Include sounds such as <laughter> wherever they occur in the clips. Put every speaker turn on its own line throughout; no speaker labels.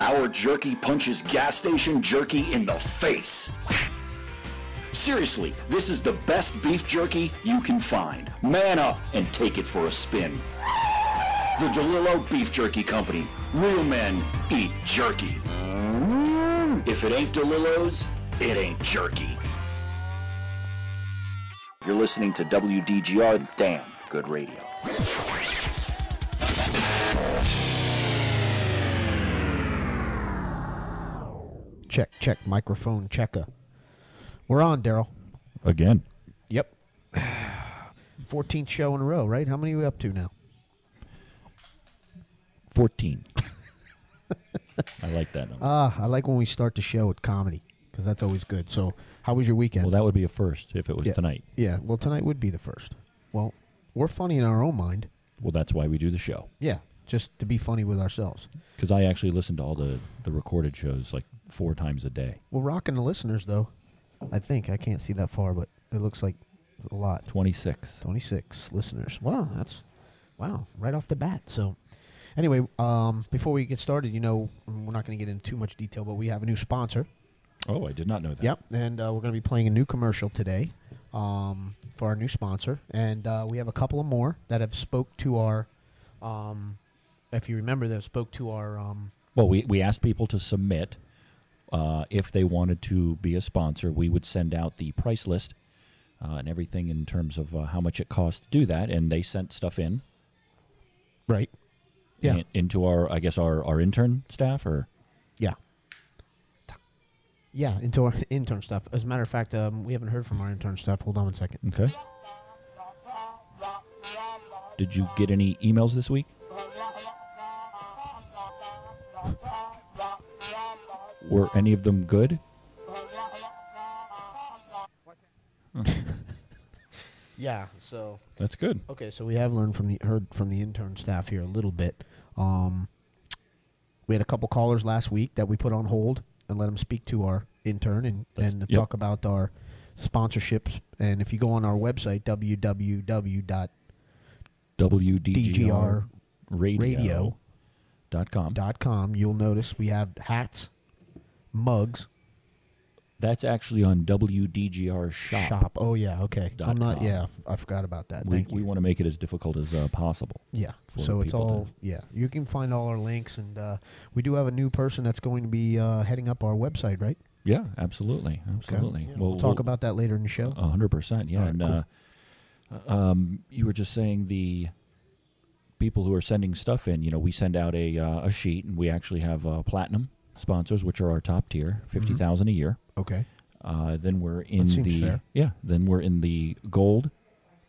Our jerky punches gas station jerky in the face. Seriously, this is the best beef jerky you can find. Man up and take it for a spin. The DeLillo Beef Jerky Company. Real men eat jerky. If it ain't DeLillo's, it ain't jerky. You're listening to WDGR Damn Good Radio.
Check, check, microphone checker. We're on, Daryl.
Again.
Yep. <sighs> 14th show in a row, right? How many are we up to now?
14. <laughs> I like that
<laughs>
number.
Ah, I like when we start the show with comedy because that's always good. So, how was your weekend?
well, that would be a first if it was
yeah.
tonight.
Yeah, well, tonight would be the first. Well, we're funny in our own mind.
Well, that's why we do the show.
Yeah, just to be funny with ourselves.
Because I actually listen to all the, the recorded shows like four times a day.
We're rocking the listeners, though. I think. I can't see that far, but it looks like a lot.
26.
26 listeners. Wow, that's wow, right off the bat. So, anyway, um, before we get started, you know, we're not going to get into too much detail, but we have a new sponsor.
Oh, I did not know that.
Yep, and uh, we're going to be playing a new commercial today um, for our new sponsor, and uh, we have a couple of more that have spoke to our. Um, if you remember, they spoke to our. Um,
Well, we, we asked people to submit uh, if they wanted to be a sponsor. We would send out the price list uh, and everything in terms of uh, how much it costs to do that. And they sent stuff in
right. Yeah.
in- into our, I guess, our, our intern staff or.
Yeah. Yeah, into our <laughs> intern stuff. As a matter of fact, um, we haven't heard from our intern stuff. Hold on one second.
Okay. Did you get any emails this week? Were any of them good?
<laughs> Yeah, so
Hmm. That's good.
Okay, so we have learned from the heard from the intern staff here a little bit. Um, we had a couple callers last week that we put on hold and let them speak to our intern and,
That's-
and
yep.
talk about our sponsorships. And if you go on our website, www.dgr.com,
WDGR radio dot com.
you'll notice we have hats, mugs,
That's actually on WDGR shop.
Oh, yeah, okay.
Dot
I'm not,
com.
yeah, I forgot about that.
We,
Thank
we
you.
want to make it as difficult as uh, possible.
Yeah.
for
so it's
people to-
all yeah. You can find all our links, and uh, we do have a new person that's going to be uh, heading up our website, right?
Yeah, absolutely,
Okay.
absolutely.
Yeah, We'll, talk about that later in the show.
A hundred percent. Yeah,
All right,
and
cool.
uh, um, you were just saying the people who are sending stuff in. You know, we send out a uh, a sheet, and we actually have uh, platinum sponsors, which are our top tier, fifty a year.
Mm-hmm. okay.
Uh, then we're in
seems
the
fair.
yeah. Then we're in the gold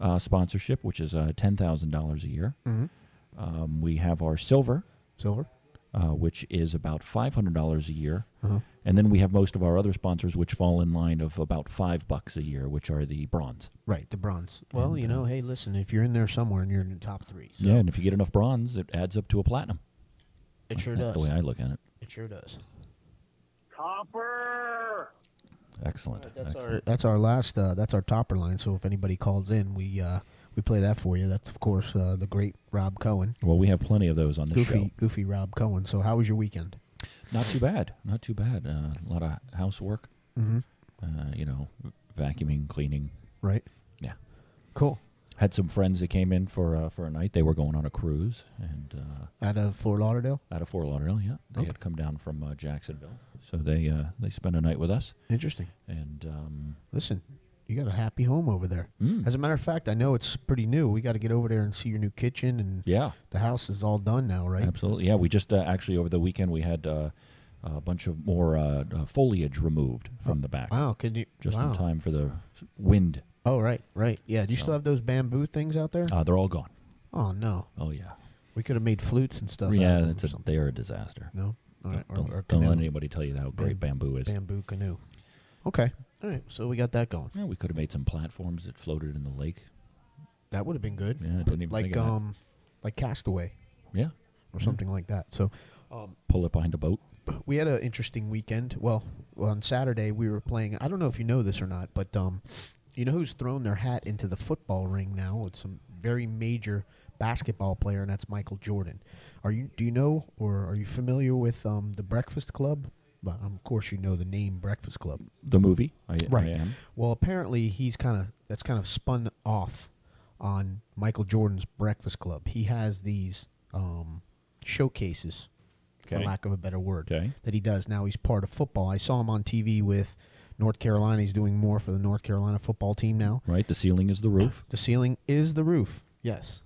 uh, sponsorship, which is uh, ten thousand dollars a year.
Mhm.
Um, we have our silver,
Silver.
uh, which is about five hundred dollars a year.
Uh-huh.
And then we have most of our other sponsors, which fall in line of about five bucks a year, which are the bronze.
Right. The bronze. Well, you know, hey, listen, if you're in there somewhere and you're in the top three, so
uh, Yeah, and if you get enough bronze, it adds up to a platinum.
it sure
That's
does.
the way I look at it.
it sure does.
Excellent.
That's our
Excellent.
that's our last uh, that's our topper line. So if anybody calls in, we uh, we play that for you. That's of course uh, the great Rob Cohen,
Well, we have plenty of those on this
goofy goofy Rob Cohen. So how was your weekend?
show. Not too bad. Not too bad. Uh, a lot of housework.
Mhm.
Uh, you know, vacuuming, cleaning.
Right.
Yeah.
Cool.
Had some friends that came in for uh, for a night. They were going on a cruise and uh,
Out of Fort Lauderdale.
out of Fort Lauderdale. Yeah, they had come down from uh, Jacksonville, so they uh, they spent a night with us.
Interesting.
And um,
Listen, you got a happy home over there.
Mm.
As a matter of fact, I know it's pretty new. We got to get over there and see your new kitchen, and
yeah,
the house is all done now, right?
Absolutely. Yeah, we just uh, actually over the weekend we had uh, a bunch of more uh, uh, foliage removed from the back,
Oh, Wow, can you
just
wow.
in time for the wind.
Oh, right, right. Yeah, do you still
So-
have those bamboo things out there?
Uh, they're all gone.
oh no,
Oh yeah,
we could have made flutes and stuff. out
yeah.
of them
That's
or
a,
something.
they are a disaster.
no. All right, or,
Don't,
or
don't
canoe.
let anybody tell you how great bamboo is.
bamboo canoe. Okay, all right. So we got that going.
Yeah, we could have made some platforms that floated in the lake.
That would have been good.
Yeah, I
but
didn't even
like
think of that.
um, like Castaway
Yeah,
or something like that. So um,
pull it behind a boat.
we had an interesting weekend. Well, on Saturday we were playing. I don't know if you know this or not, but um, you know who's thrown their hat into the football ring now with some very major basketball player, and that's Michael Jordan. Are you do you know or are you familiar with um, the Breakfast Club? But um, of course, you know the name Breakfast Club.
The movie, I, I am.
Mm-hmm. Well, apparently he's kind of that's kind of spun off on Michael Jordan's Breakfast Club. He has these um, showcases, for
Okay.
lack of a better word,
Okay.
that he does. Now he's part of football. I saw him on TV with North Carolina. He's doing more for the North Carolina football team now.
Right, the ceiling is the roof.
The ceiling is the roof. Yes.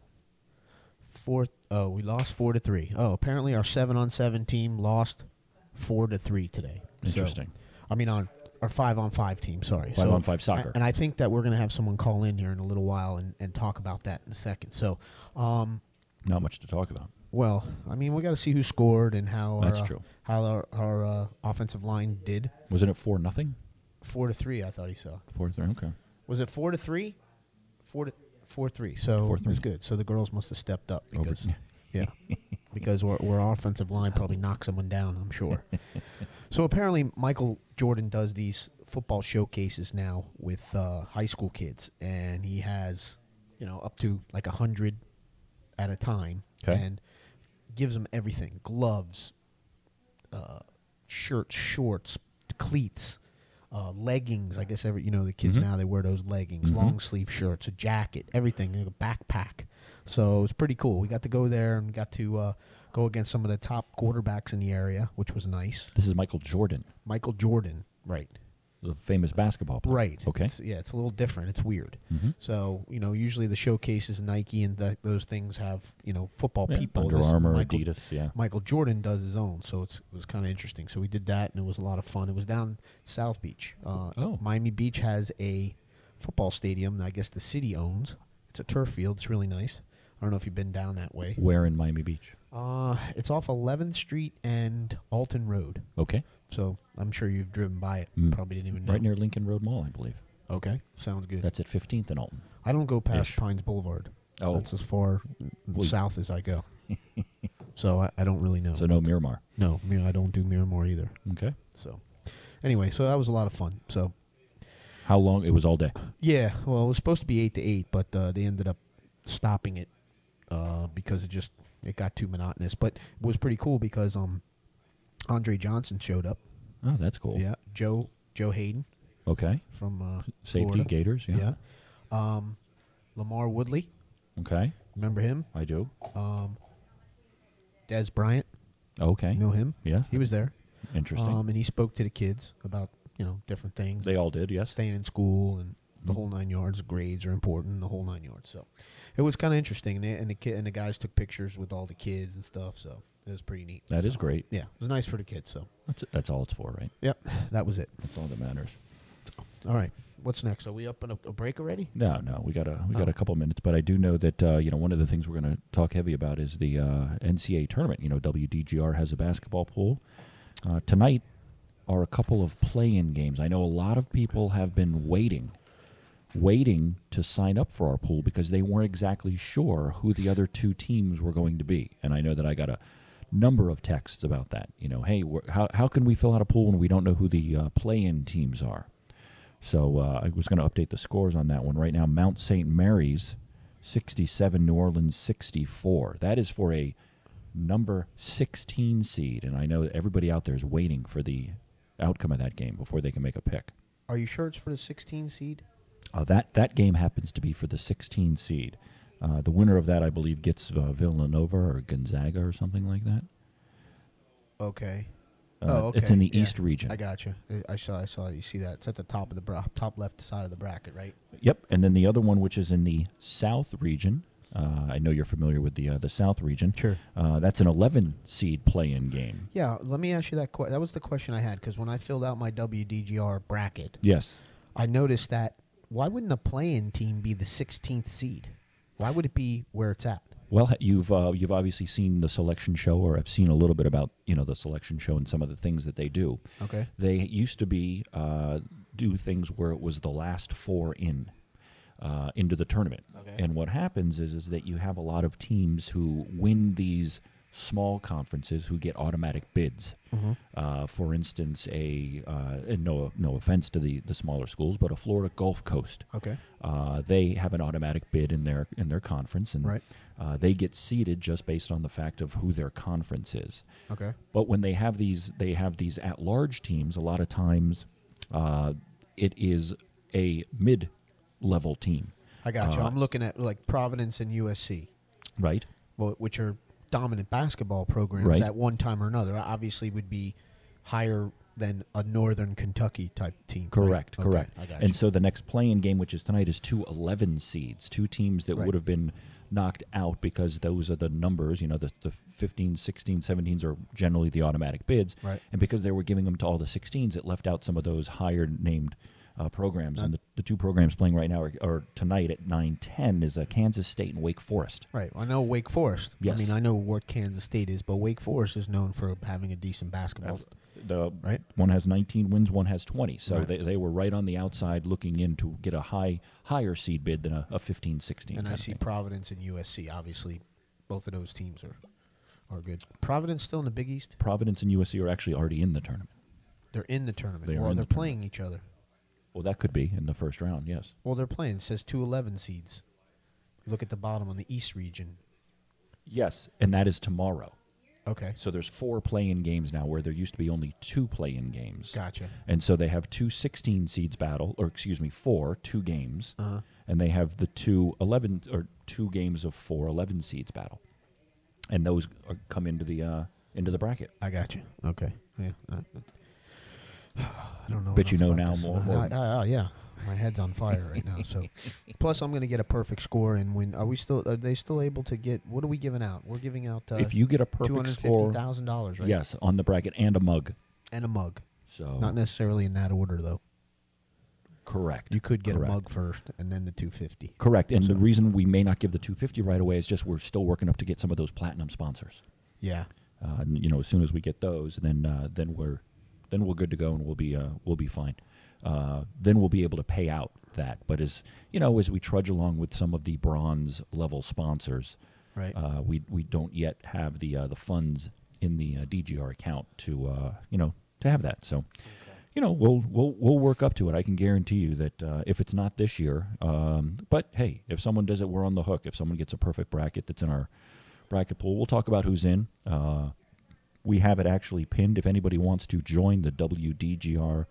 Four oh, we lost four to three. Oh, apparently our seven on seven team lost four to three today. So-
Interesting.
I mean on our five on five team, sorry.
Five on five soccer.
And I think that we're gonna have someone call in here in a little while and, and talk about that in a second. So um
Not much to talk about.
well, I mean we gotta see who scored and how
That's
our, uh,
true.
how our, our uh, offensive line did.
Wasn't it four nothing?
Four to three I thought he saw.
Four three. Okay.
Was it four to three? Four to four three. So
Four
it was
three.
good. So the girls must have stepped up
Over-
because
<laughs>
yeah, because our, our offensive line probably knocked someone down. I'm sure. so apparently Michael Jordan does these football showcases now with uh, high school kids, and he has you know up to like a hundred at a time,
'Kay.
and gives them everything: gloves, uh, shirts, shorts, cleats, uh, leggings. I guess every you know the kids
Mm-hmm.
now they wear those leggings, long sleeve shirts, a jacket, everything, you know, a backpack. So it was pretty cool. We got to go there and got to uh, go against some of the top quarterbacks in the area, which was nice.
This is Michael Jordan,
Michael Jordan, right,
the famous basketball player.
right.
Okay. Mm-hmm.
It's, yeah, it's a little different. It's weird. So you know, usually the showcases Nike and th those things have you know football
Yeah,
people.
Under
This
Armour,
Michael-
Adidas. Yeah.
Michael Jordan does his own, so it's, it was kind of interesting. So we did that, and it was a lot of fun. It was down South Beach. Uh,
Oh.
Miami Beach has a football stadium that I guess the city owns. It's a turf field. It's really nice. I don't know if you've been down that way.
Where in Miami Beach?
Uh, it's off 11th Street and Alton Road.
Okay.
So I'm sure you've driven by it.
Mm.
Probably didn't even know.
Right near Lincoln Road Mall, I believe.
Okay, sounds good.
That's at 15th and Alton.
I don't go past
Ish.
Pines Boulevard.
Oh.
That's as far
<laughs> Well,
south as I
<laughs>
go. so I, I don't really know.
So no Miramar.
no, I mean, I don't do Miramar either.
Okay.
So, anyway, so that was a lot of fun. So,
How long? It was all day.
yeah, well, it was supposed to be eight to eight, but uh, they ended up stopping it uh, because it just it got too monotonous. But it was pretty cool because um, Andre Johnson showed up.
Oh, that's cool.
Yeah, Joe Joe Hayden
Okay.
from uh,
Safety
Florida.
Gators. Yeah.
Yeah, um, Lamar Woodley,
Okay.
remember him?
I do.
Um, Des Bryant,
Okay.
you know him?
Yeah.
he was there.
Interesting.
Um, and he spoke to the kids about you know different things.
they all did. Yes. Mm-hmm.
staying in school and the whole nine yards. Grades are important, the whole nine yards. So it was kind of interesting, and, they, and the ki- and the guys took pictures with all the kids and stuff. So it was pretty neat.
That
so,
is great.
Yeah, it was nice for the kids. So
That's that's all it's for, right?
yep, that was it.
That's all that matters.
All right, what's next? Are we up on a, a break already?
No, no, we got a we got
Oh.
a couple minutes, but I do know that uh, you know one of the things we're going to talk heavy about is the uh, NCAA tournament. You know, WDGR has a basketball pool uh, tonight. Are a couple of play-in games. I know a lot of people have been waiting, waiting to sign up for our pool because they weren't exactly sure who the other two teams were going to be. And I know that I got a number of texts about that. You know, hey, wh- how how can we fill out a pool when we don't know who the uh, play-in teams are? So uh, I was going to update the scores on that one right now. Mount St. Mary's, 67, New Orleans, 64. That is for a number 16 seed, and I know everybody out there is waiting for the outcome of that game before they can make a pick.
Are you sure it's for the 16 seed?
Uh, that that game happens to be for the 16 seed. Uh, the winner of that, I believe, gets uh, Villanova or Gonzaga or something like that.
Okay.
Uh,
oh, okay.
It's in the
yeah.
East region.
I got you. I- I saw. I saw. You see that? It's at the top of the bra- top left side of the bracket, right?
Yep, and then the other one, which is in the South region. Uh, I know you're familiar with the uh, the South region.
Sure.
Uh, that's an 11 seed play-in game.
Yeah. Let me ask you that. Que- that was the question I had because when I filled out my WDGR bracket,
Yes.
I noticed that why wouldn't a play-in team be the 16th seed? Why would it be where it's at?
Well, ha- you've uh, you've obviously seen the selection show, or have seen a little bit about you know the selection show and some of the things that they do.
Okay.
They used to be uh, do things where it was the last four in uh, into the tournament.
Okay.
And what happens is is that you have a lot of teams who win these small conferences who get automatic bids.
Mm-hmm.
Uh, for instance, a uh, and no no offense to the the smaller schools, but a Florida Gulf Coast.
Okay.
Uh, they have an automatic bid in their in their conference, and
Right.
uh, they get seeded just based on the fact of who their conference is.
Okay.
But when they have these, they have these at-large teams. A lot of times, uh, it is a mid-level team,
I got you.
Uh,
I'm looking at like Providence and USC,
right?
well, which are dominant basketball programs
Right.
at one time or another. Obviously, would be higher than a Northern Kentucky type team. right?
Correct,
Okay,
correct.
I got
and
you.
so the next playing game, which is tonight, is two 11 seeds, two teams that
Right.
would have been knocked out because those are the numbers, you know, the, the 15, 16, 17s are generally the automatic bids.
Right.
And because they were giving them to all the 16s, it left out some of those higher named uh, programs. and the, the two programs playing right now are, are tonight at 9-10 is uh, Kansas State and Wake Forest.
Right. I know Wake Forest.
Yes.
I mean, I know what Kansas State is, but Wake Forest is known for having a decent basketball.
The
Right.
one has 19 wins, one has 20. So
Right.
they, they were right on the outside looking in to get a high higher seed bid than a, a 15, 16.
And I
kind of
see
thing.
Providence and USC. Obviously, both of those teams are are good. Providence still in the Big East.
Providence and USC are actually already in the tournament.
They're in the tournament.
They are
well,
in
they're
the tournament.
playing each other.
Well, that could be in the first round, yes.
Well, they're playing. It says two eleven seeds. Look at the bottom on the East region.
Yes, and that is tomorrow.
Okay.
So there's four play-in games now where there used to be only two play-in games.
Gotcha.
And so they have two 16 seeds battle, or excuse me, four, two games.
Uh-huh.
And they have the two 11, or two games of four 11 seeds battle. And those are, come into the uh, into the bracket.
I got you. Okay. Yeah. I, <sighs> I don't know.
Bet you
enough
know
about
now
this.
more-
Uh,
more-
uh, uh, yeah. My head's on fire right now.
<laughs>
So, plus I'm going to get a perfect score and win. Are we still? Are they still able to get? What are we giving out? We're giving out. Uh,
if you get a
two
perfect
hundred
score,
fifty thousand dollars, right?
yes, on the bracket and a mug.
And a mug.
So
Not necessarily in that order though.
correct.
You could get
correct.
a mug first and then the two fifty.
Correct. And the reason we may not give the 250 right away is just we're still working up to get some of those platinum sponsors.
Yeah.
Uh, and, you know, as soon as we get those, then uh, then we're then we're good to go, and we'll be uh, we'll be fine. Uh, then we'll be able to pay out that. But as you know, as we trudge along with some of the bronze level sponsors,
Right.
uh, we we don't yet have the uh, the funds in the uh, DGR account to uh, you know to have that. So. You know, we'll we'll we'll work up to it. I can guarantee you that uh, if it's not this year, um, but hey, if someone does it, we're on the hook. If someone gets a perfect bracket that's in our bracket pool, we'll talk about who's in. Uh, we have it actually pinned. If anybody wants to join the WDGR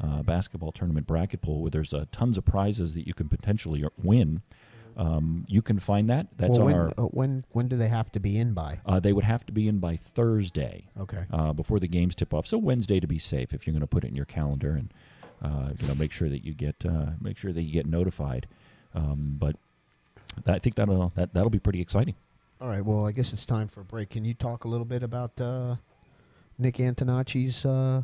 uh, basketball tournament bracket pool, where there's uh, tons of prizes that you can potentially win, um, you can find that. That's
well,
on
when,
our.
uh, when when do they have to be in by?
Uh, they would have to be in by Thursday
Okay.
uh, before the games tip off. So Wednesday to be safe, if you're going to put it in your calendar and uh, you know make sure that you get uh, make sure that you get notified. Um, but I think that'll that, that'll be pretty exciting.
All right. Well, I guess it's time for a break. Can you talk a little bit about uh, Nick Antonacci's uh,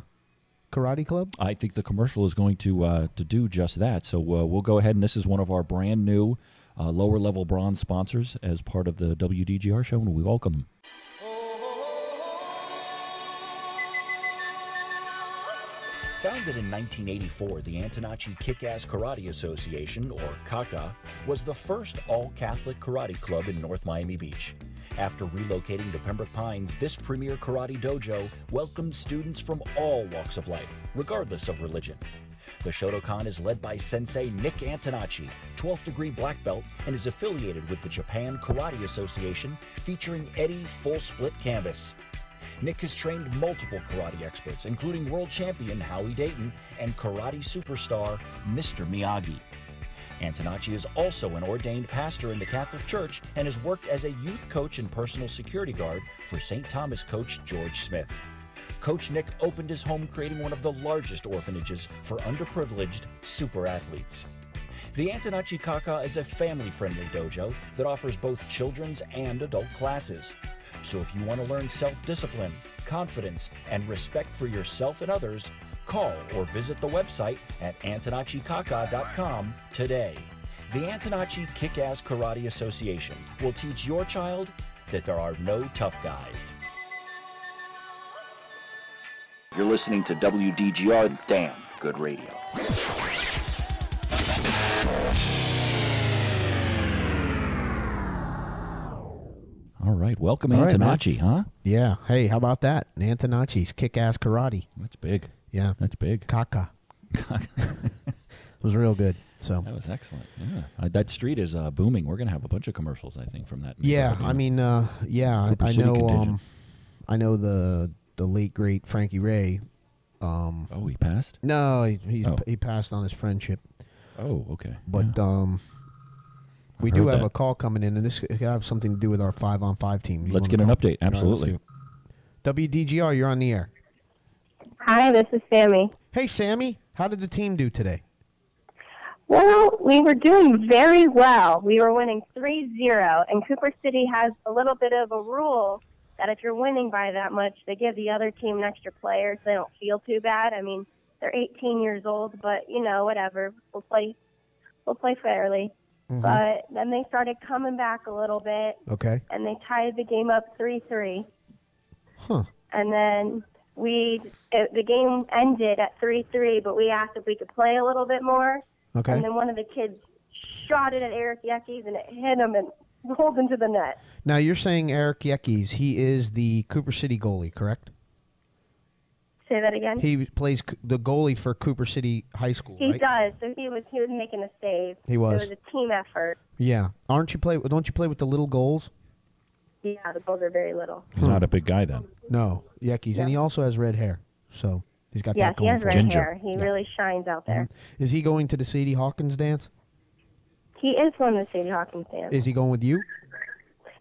karate club?
I think the commercial is going to uh, to do just that. So uh, we'll go ahead and this is one of our brand new uh, lower level bronze sponsors as part of the WDGR show, and we welcome them.
Founded in 1984, the Antonacci Kick Ass Karate Association, or KAKA, was the first all Catholic karate club in North Miami Beach. After relocating to Pembroke Pines, this premier karate dojo welcomed students from all walks of life, regardless of religion. The Shotokan is led by Sensei Nick Antonacci, 12th degree black belt, and is affiliated with the Japan Karate Association, featuring Eddie Full Split Canvas. Nick has trained multiple karate experts, including world champion Howie Dayton and karate superstar Mr. Miyagi. Antonacci is also an ordained pastor in the Catholic Church and has worked as a youth coach and personal security guard for St. Thomas coach George Smith. Coach Nick opened his home creating one of the largest orphanages for underprivileged super athletes. The Antonacci Kaka is a family friendly dojo that offers both children's and adult classes. So if you want to learn self discipline, confidence, and respect for yourself and others, call or visit the website at antonachikaka.com today. The Antonacci Kick Ass Karate Association will teach your child that there are no tough guys. You're listening to WDGR Damn Good Radio.
All right. Welcome
All right, man.
Antonacci, huh?
Yeah. Hey, how about that? Antonacci's kick ass karate.
That's big.
Yeah.
That's big. <laughs>
Kaka. It was real good. So.
That was excellent. Yeah, uh, that street is uh, booming. We're gonna have a bunch of commercials, I think, from that.
Yeah, I mean, uh, yeah,
Clipper
I, I
City
know.
contingent.
Um, I know the the late great Frankie Ray. Um,
Oh, he passed.
no, he he's,
Oh.
he passed on his friendship,
Oh, okay.
but
yeah.
um, we
I
do
heard
have
that.
a call coming in, and this could have something to do with our five on five team. You
Let's
wanna
get an
call?
update,
All right, let's
absolutely.
do it. WDGR, you're on the air.
Hi, this is Sammy.
Hey, Sammy, how did the team do today?
Well, we were doing very well. We were winning 3 0, and Cooper City has a little bit of a rule that if you're winning by that much, they give the other team an extra player so they don't feel too bad. I mean, they're 18 years old, but, you know, whatever. We'll play, we'll play fairly. But then they started coming back a little bit,
Mm-hmm. Okay.
and they tied the game up 3 3.
Huh.
and then we it, the game ended at three three, but we asked if we could play a little bit more,
Okay.
and then one of the kids shot it at Eric Yeckes and it hit him and <laughs> rolled into the net.
Now you're saying Eric Yeckes, he is the Cooper City goalie, correct?
Say that again.
He plays c- the goalie for Cooper City High School,
He
right?
does. So he was he was making a save.
He was.
It was a team effort.
Yeah. Aren't you play? Don't you play with the little goals?
Yeah, the goals are very little.
he's not a big guy then.
No, Yekis, and he also has red hair, so he's got
Yes,
that
he
going
has
for
red
him. Mm-hmm.
Ginger.
hair. He really shines out there.
Is he going to the Sadie Hawkins dance? Mm-hmm.
He is one of the Sadie Hawkins fans.
Is he going with you?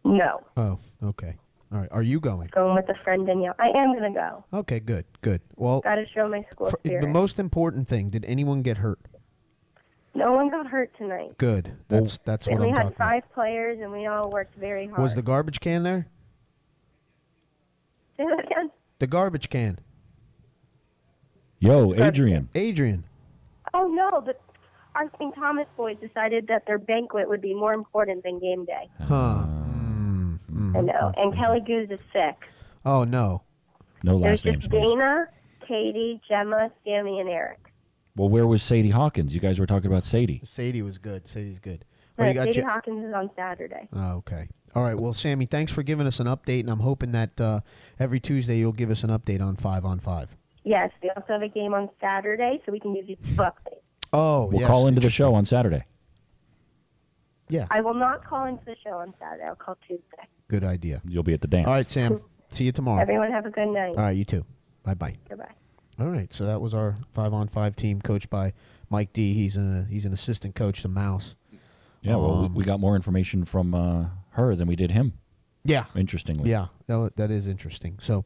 no,
Oh, okay. All right. Are you going?
going with a friend Danielle. I am gonna go.
Okay, good, good. Well,
Got to show my school
for-
spirit.
the most important thing: did anyone get hurt?
no one got hurt tonight.
Good. That's that's
And
what
we
I'm
had
talking
five players, and we all worked very hard.
about. Was the garbage can there?
<laughs> Say that again?
The garbage can.
Yo, Adrian.
Adrian.
Oh no, but our St. Thomas boys decided that their banquet would be more important than game day.
Huh.
Ah.
Mm-hmm.
I know. And Kelly Goose is sick.
Oh no.
No
There's
last names,
just
please.
Dana, Katie, Gemma, Sammy, and Eric.
Well, where was Sadie Hawkins? You guys were talking about Sadie.
Sadie was good. Sadie's good. Oh,
But
you got
Sadie
Ja-
Hawkins is on Saturday.
Oh, okay. All right. Well, Sammy, thanks for giving us an update, and I'm hoping that uh, every Tuesday you'll give us an update on five on five.
Yes, we also have a game on Saturday, so we can give you two updates.
Oh,
We'll
yes.
call into the
Interesting.
show on Saturday.
Yeah,
I will not call into the show on Saturday. I'll call Tuesday.
good idea.
You'll be at the dance.
All right, Sam. See you tomorrow.
Everyone have a good night.
All right, you too. Bye bye.
Goodbye.
All right, so that was our five on five team, coached by Mike D. He's an he's an assistant coach to Mouse.
Yeah. Well, we,
Um,
we got more information from uh, her than we did him.
Yeah,
Interestingly.
yeah, that, wa- that is interesting. So,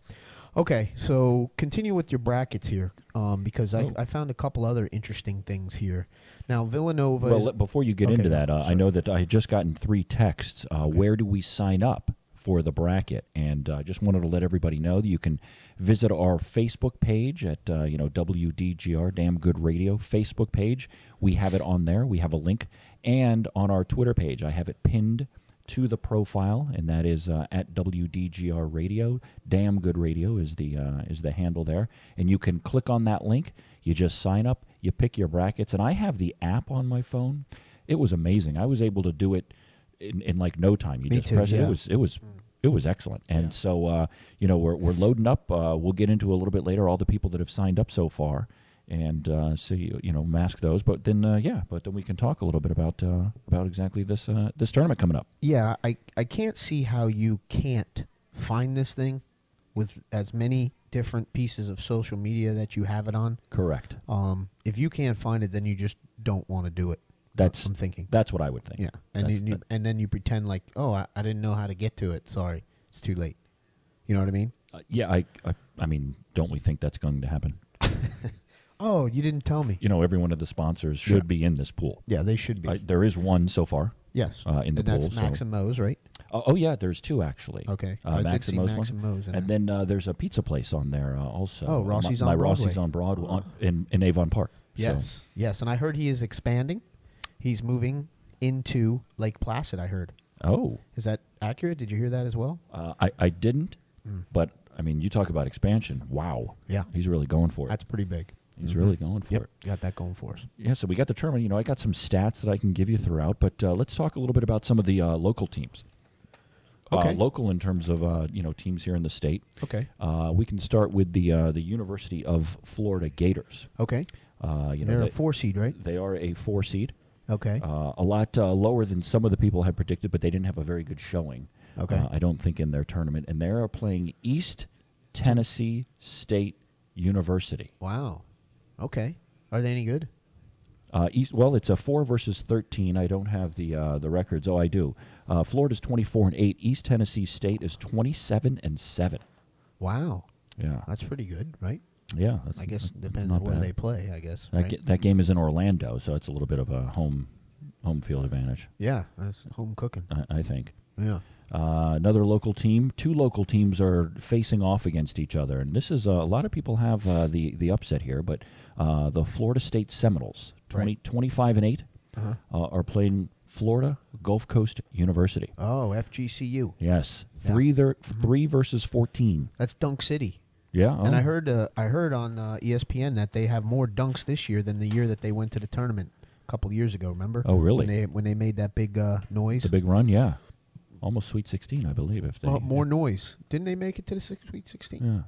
okay, so continue with your brackets here, um, because I,
Oh.
I found a couple other interesting things here. Now Villanova.
Well,
is-
let- before you get
Okay,
into
no,
that, uh, I
sure.
know that I had just gotten three texts. Uh, Where do we sign up for the bracket? And uh, I just wanted to let everybody know that you can visit our Facebook page at uh, you know WDGR Damn Good Radio Facebook page. We have it on there. We have a link, and on our Twitter page, I have it pinned to the profile, and that is uh, at WDGR Radio. Damn Good Radio is the uh, is the handle there, and you can click on that link. You just sign up, you pick your brackets, and I have the app on my phone. It was amazing. I was able to do it in, in like no time. You
Me
just
too,
press it.
yeah. Hmm.
It was it was it was excellent. And so uh, you know we're we're loading up. Uh, we'll get into a little bit later all the people that have signed up so far. And uh, so you, you know mask those, but then uh, yeah, but then we can talk a little bit about uh, about exactly this uh, this tournament coming up.
Yeah, I I can't see how you can't find this thing with as many different pieces of social media that you have it on.
Correct.
Um, if you can't find it, then you just don't want to do it.
That's
I'm thinking.
That's what I would think.
yeah, and
that's-
you, you- and then you pretend like, oh, I, I didn't know how to get to it. Sorry, it's too late. You know what I mean?
Uh, yeah, I, I, I mean, don't we think that's going to happen?
Oh, you didn't tell me.
You know, every one of the sponsors should be in this pool.
Yeah, they should be.
I, there is one so far.
yes,
uh, in the
and that's
pool, so-
Max and Moe's, right?
Oh, oh yeah, there's two actually.
Okay. I
uh,
did
Max
see
and Mo's.
Max
one.
and Mo's in
and
there.
then uh, there's a pizza place on there uh, also.
Oh,
Uh,
Rossi's
my,
on
my Rossi's
Broadway.
on Broadway on, in in Avon Park. So,
Yes, yes, and I heard he is expanding. He's moving into Lake Placid. I heard.
Oh,
Is that accurate? Did you hear that as well?
uh, I I didn't, but I mean, you talk about expansion. Wow.
Mm. Yeah.
He's really going for it.
That's pretty big. Mm-hmm.
He's really going for it.
Got that going for us.
Yeah, so we got the tournament. You know, I got some stats that I can give you throughout, but uh, let's talk a little bit about some of the uh, local teams.
Okay.
uh, local in terms of uh, you know teams here in the state.
Okay.
Uh, we can start with the uh, the University of Florida Gators.
Okay.
Uh, you know,
They're a
they-
four seed, right?
They are a four seed,
Okay.
uh, a lot uh, lower than some of the people had predicted, but they didn't have a very good showing.
Okay.
uh, I don't think in their tournament, and they are playing East Tennessee State University.
wow. Okay. Are they any good?
Uh, East, well, it's a four versus thirteen. I don't have the uh, the records. Oh, I do. Uh, Florida's twenty four and eight. East Tennessee State is twenty seven and seven.
Wow.
Yeah,
That's pretty good, right?
yeah. That's,
I guess
that's
depends
not
on where
bad.
they play, I guess.
That,
right?
ga- that game is in Orlando, so it's a little bit of a home home field advantage,
yeah, that's home cooking.
I, I think.
Yeah.
Uh, another local team. Two local teams are facing off against each other, and this is uh, a lot of people have uh, the the upset here, but uh, the Florida State Seminoles, 20, 25 and 8
Uh-huh.
uh, are playing Florida Gulf Coast University.
Oh, FGCU.
Yes,
Yeah.
three there, three versus fourteen.
That's Dunk City.
Yeah,
And I
oh,
heard uh, I heard on uh, ESPN that they have more dunks this year than the year that they went to the tournament a couple years ago. Remember?
Oh, really?
When they when they made that big uh, noise.
the big run. Yeah, almost Sweet Sixteen, I believe. If they
Well, more noise. Didn't they make it to the six, Sweet Sixteen?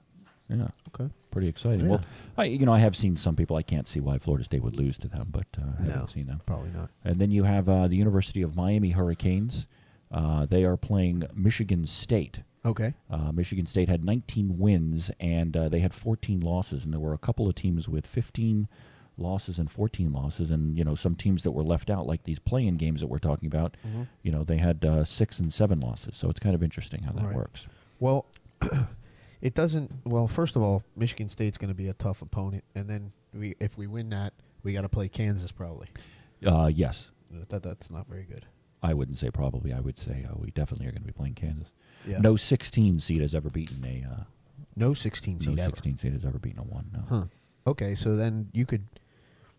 yeah, yeah.
Okay.
pretty exciting. Well, I, you know, I have seen some people. I can't see why Florida State would lose to them, but uh, I
No.
haven't seen them.
Probably not.
And then you have uh, the University of Miami Hurricanes. Uh, they are playing Michigan State.
Okay.
Uh, Michigan State had 19 wins and uh, they had 14 losses, and there were a couple of teams with 15 losses and 14 losses, and you know some teams that were left out, like these play-in games that we're talking about.
Mm-hmm.
You know they had uh, six and seven losses, so it's kind of interesting how that
Right.
works.
Well, <clears throat> it doesn't. Well, first of all, Michigan State's going to be a tough opponent, and then we if we win that, we got to play Kansas probably.
Uh, yes,
That that's not very good.
I wouldn't say probably. I would say uh, we definitely are going to be playing Kansas.
Yeah.
No 16 seed has ever beaten a uh,
No sixteen
no
seed ever.
16 seed has ever beaten a one. No.
Huh. Okay, so then you could.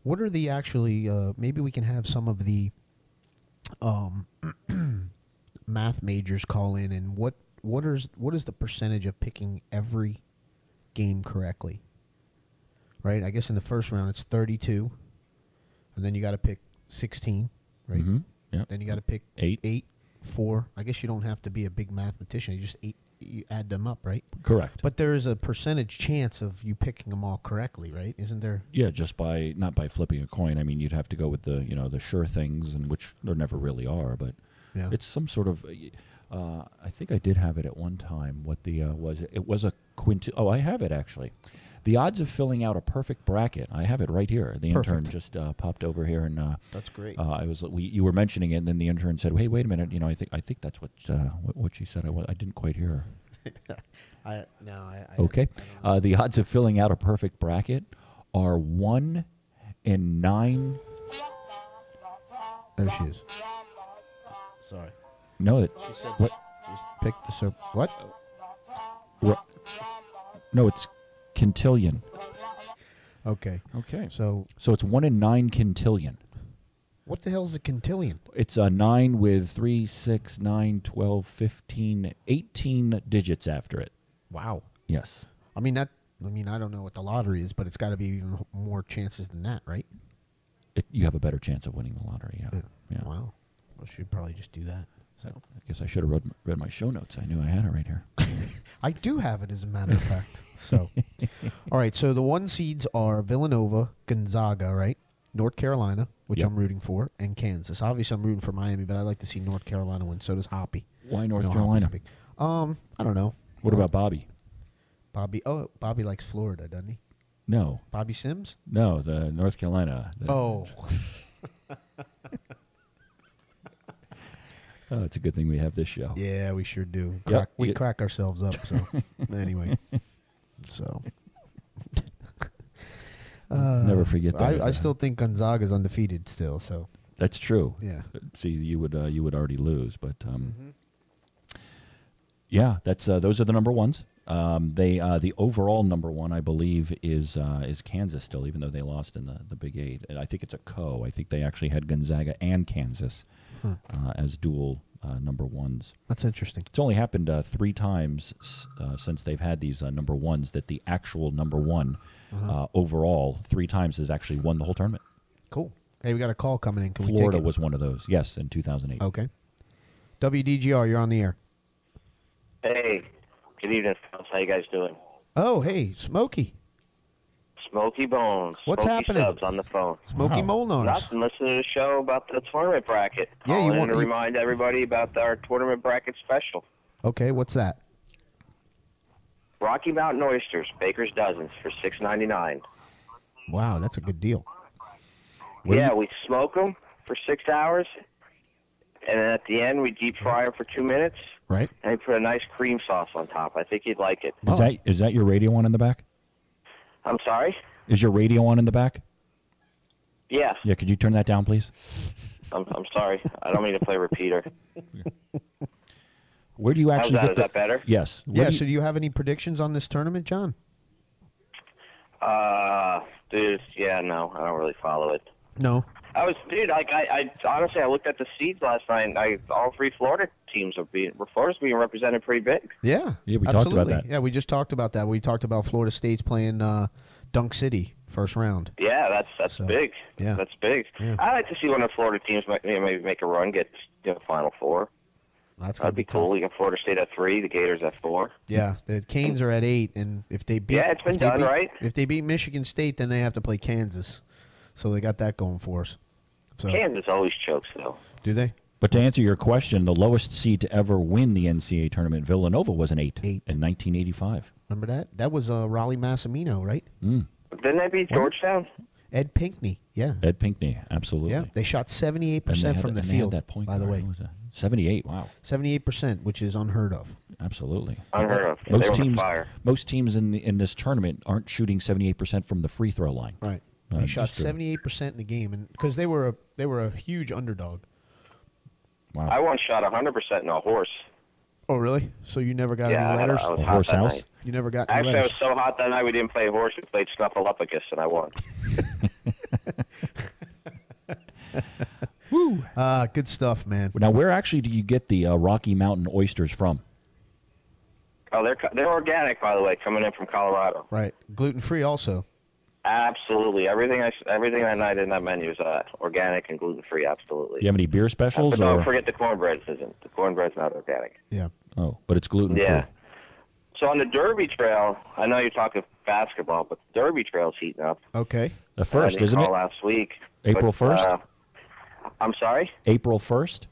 What are the actually? Uh, maybe we can have some of the um, <clears throat> math majors call in, and what what is what is the percentage of picking every game correctly? Right. I guess in the first round it's thirty-two, and then you got to pick sixteen. Right.
hmm Yep.
Then you got to pick
Eight.
eight, four. I guess you don't have to be a big mathematician. You just eight. You add them up, right?
Correct.
But there is a percentage chance of you picking them all correctly, right? Isn't there?
yeah, just by not by flipping a coin. I mean, you'd have to go with the you know the sure things, and which there never really are. But
Yeah.
it's some sort of. Uh, I think I did have it at one time. What the uh, was it? It was a quint. Oh, I have it actually. The odds of filling out a perfect bracket. I have it right here. The intern
Perfect.
just uh, popped over here and uh,
That's great.
Uh, I was we, you were mentioning it, and then the intern said, "Hey, wait a minute. You know, I think I think that's what uh, what, what she said. I wa- I didn't quite hear her."
<laughs> I no, I, I
Okay, uh, the odds of filling out a perfect bracket are one in nine.
There she is. Sorry.
No, that what?
Just pick the soap. What?
ro- no, it's quintillion.
Okay.
Okay,
So
so, so it's one in nine quintillion.
what the hell is a quintillion?
It's a nine with three, six, nine, twelve, fifteen, eighteen digits after it.
Wow.
Yes.
I mean that. I mean I don't know what the lottery is, but it's got to be even h- more chances than that, right?
It, you have a better chance of winning the lottery.
Uh,
Yeah. yeah.
Wow. Well, should probably just do that.
I guess I should have read, read my show notes. I knew I had it right here.
I do have it, as a matter of
<laughs>
fact. So, all right. So the one seeds are Villanova, Gonzaga, right? North Carolina, which
Yep.
I'm rooting for, and Kansas. Obviously, I'm rooting for Miami, but I like to see North Carolina win. So does Hoppy.
Why North
No, Hoppy's
Carolina?
big. Um, I don't know.
What about Bobby?
Bobby? Oh, Bobby likes Florida, doesn't he?
No,
Bobby Sims?
no, the North Carolina. the-
Oh,
Oh, it's a good thing we have this show.
yeah, we sure do. Crack, we
yeah.
crack ourselves up.
<laughs>
So, anyway, so
Never forget that.
I, I
uh,
still think Gonzaga's undefeated still. So,
That's true.
yeah.
See, you would uh, you would already lose, but um,
Mm-hmm.
yeah, that's uh, those are the number ones. Um, they uh, the overall number one, I believe, is uh, is Kansas still, even though they lost in the, the Big Eight. And I think it's a co. I think they actually had Gonzaga and Kansas uh, as dual uh, number ones.
That's interesting.
It's only happened uh, three times s- uh, since they've had these uh, number ones that the actual number one
Uh-huh.
uh, overall three times has actually won the whole tournament.
Cool. Hey, we got a call coming in. Can we
Florida
take it?
was one of those. Yes, in 2008.
okay. WDGR, you're on the air.
Hey, good evening, fellas. How you guys doing?
Oh, hey, Smokey.
Smoky Bones.
What's
Smokey
happening?
Stubbs on the phone.
Smokey
Wow.
Molnars.
Nothing. Listen to the show about the tournament bracket.
Yeah, you
Calling in
want-
to
you-
remind everybody about our tournament bracket special.
Okay, what's that?
Rocky Mountain oysters, Baker's dozens for six ninety nine.
Wow, that's a good deal. What do
Yeah, we smoke them for six hours, and then at the end we deep fry them for two minutes,
Right? Oh.
and we put a nice cream sauce on top. I think you'd like it.
Is that is that your radio on in the back?
I'm sorry.
Is your radio on in the back?
Yes,
Yeah, could you turn that down, please?
I'm, I'm sorry. I don't mean to play
<laughs>
repeater.
Where do you
How's
actually
that?
get
Is
the,
that better?
Yes. Where
yeah,
do you-
so do you have any predictions on this tournament, John?
Uh, dude, yeah, no, I don't really follow it.
No.
I was, dude. Like, I, I honestly, I looked at the seeds last night. And I all three Florida teams are being, Florida's being represented pretty big.
Yeah.
Yeah, we talked about
absolutely.
that.
Yeah, we just talked about that. We talked about Florida State's playing uh, Dunk City first round.
Yeah, that's that's
So,
big.
yeah.
that's big.
Yeah.
I like to see one of the Florida teams might, you know, maybe make a run, get you know, Final Four.
That's gonna
That'd be
tough.
cool. You got Florida State at three, the Gators at four.
Yeah, the Canes are at eight, and if they beat
Yeah, it's been
if they
done,
beat-
right?
If they beat Michigan State, then they have to play Kansas, so they got that going for us. So
Kansas always chokes though.
do they?
but to answer your question, the lowest seed to ever win the NCAA tournament, Villanova was an eight,
Eight.
in 1985.
Remember that? That was uh, Raleigh Massimino, right?
Mm.
Didn't they beat Georgetown?
Ed Pinkney. Yeah,
Ed Pinkney, absolutely.
yeah. They shot seventy-eight
And they
percent
had-
from the
and they had
field.
that point
by the
guard.
way,
Who was that? 78. Wow,
seventy-eight percent, which is unheard of.
absolutely.
Unheard of. they
Most
were on
teams,
fire.
most teams in the, in this tournament aren't shooting 78 percent from the free throw line.
Right.
Uh,
They shot
just a-
seventy-eight percent in the game, and because they were a they were a huge underdog.
Wow.
I once shot 100% in a horse.
Oh, really? So you never got
Yeah,
any
I, I
letters?
was
A
hot
horse
that
house?
night.
You never got any
Actually, I
letters.
was so hot that night we didn't play horse. We played Snuffleupagus, and I won.
Ah, good stuff, man.
Now, where actually do you get the uh, Rocky Mountain oysters from?
Oh, they're co- they're organic, by the way, coming in from Colorado.
Right, gluten free also.
Absolutely, everything I s- everything I night in that menu is uh, organic and gluten free. Absolutely.
Do you have any beer
But
specials?
don't
Or,
forget the cornbread isn't. The cornbread's not organic.
Yeah.
oh, but it's gluten free.
Yeah. So on the Derby Trail, I know you're talking basketball, but the Derby Trail's heating up.
Okay.
The
I
first,
didn't
isn't
call
it?
Last week,
April
but,
1st?
uh, I'm sorry,
April 1st?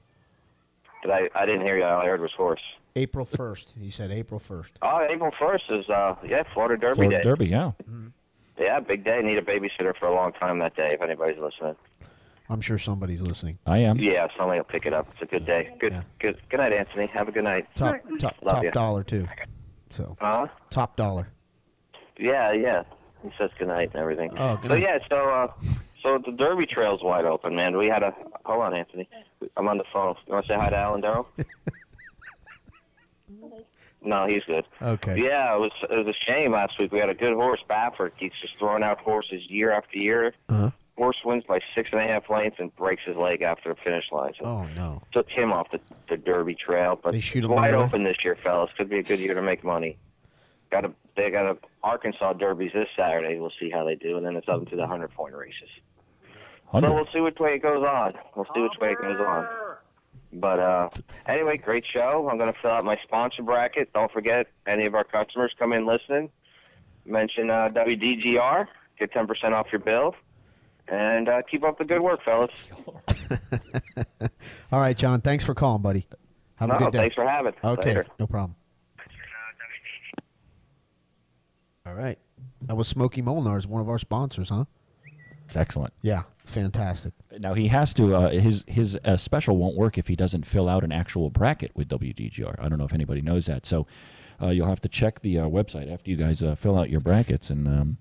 but I, I didn't hear you. All I heard was horse.
April 1st. He said April 1st.
Oh, April 1st is uh yeah Florida Derby
Florida
Day.
Derby, yeah.
Yeah, big day. Need a babysitter for a long time that day. If anybody's listening.
I'm sure somebody's listening.
I am.
Yeah, somebody will pick it up. It's a good day. Good,
Yeah.
good, good night, Anthony. Have a good night.
Top top
Love
top
ya.
dollar too. So
Huh?
top dollar.
Yeah, yeah. He says good night and everything.
Oh, good
so
night.
yeah, so uh, so the Derby Trail's wide open, man. We had a hold on, Anthony. I'm on the phone. You want to say hi to Alan
<laughs>
Darrow? no, he's good.
Okay.
Yeah, it was it was a shame last week. We had a good horse, Baffert. He's just throwing out horses year after year.
Uh-huh.
Horse wins by six and a half lengths and breaks his leg after the finish line. So
Oh no.
took him off the, the Derby Trail. But
They shoot
it's
him
wide
right away?
open this year, fellas. Could be a good year to make money. Got a they got a Arkansas Derbies this Saturday. We'll see how they do, and then it's up to the hundred point races.
100.
So we'll see which way it goes on. We'll see which way it goes on. But uh, anyway, great show. I'm going to fill out my sponsor bracket. Don't forget, any of our customers come in listening, mention uh, WDGR, get 10% off your bill, and uh, keep up the good work, fellas.
All right, John. Thanks for calling, buddy. Have a
No,
good day.
thanks for having.
okay.
Later.
No problem. All right. That was Smokey Molnar's, one of our sponsors, huh?
It's excellent.
Yeah. Fantastic.
Now he has to. Uh, his his uh, special won't work if he doesn't fill out an actual bracket with WDGR. I don't know if anybody knows that. So uh, you'll have to check the uh, website after you guys uh, fill out your brackets. And um,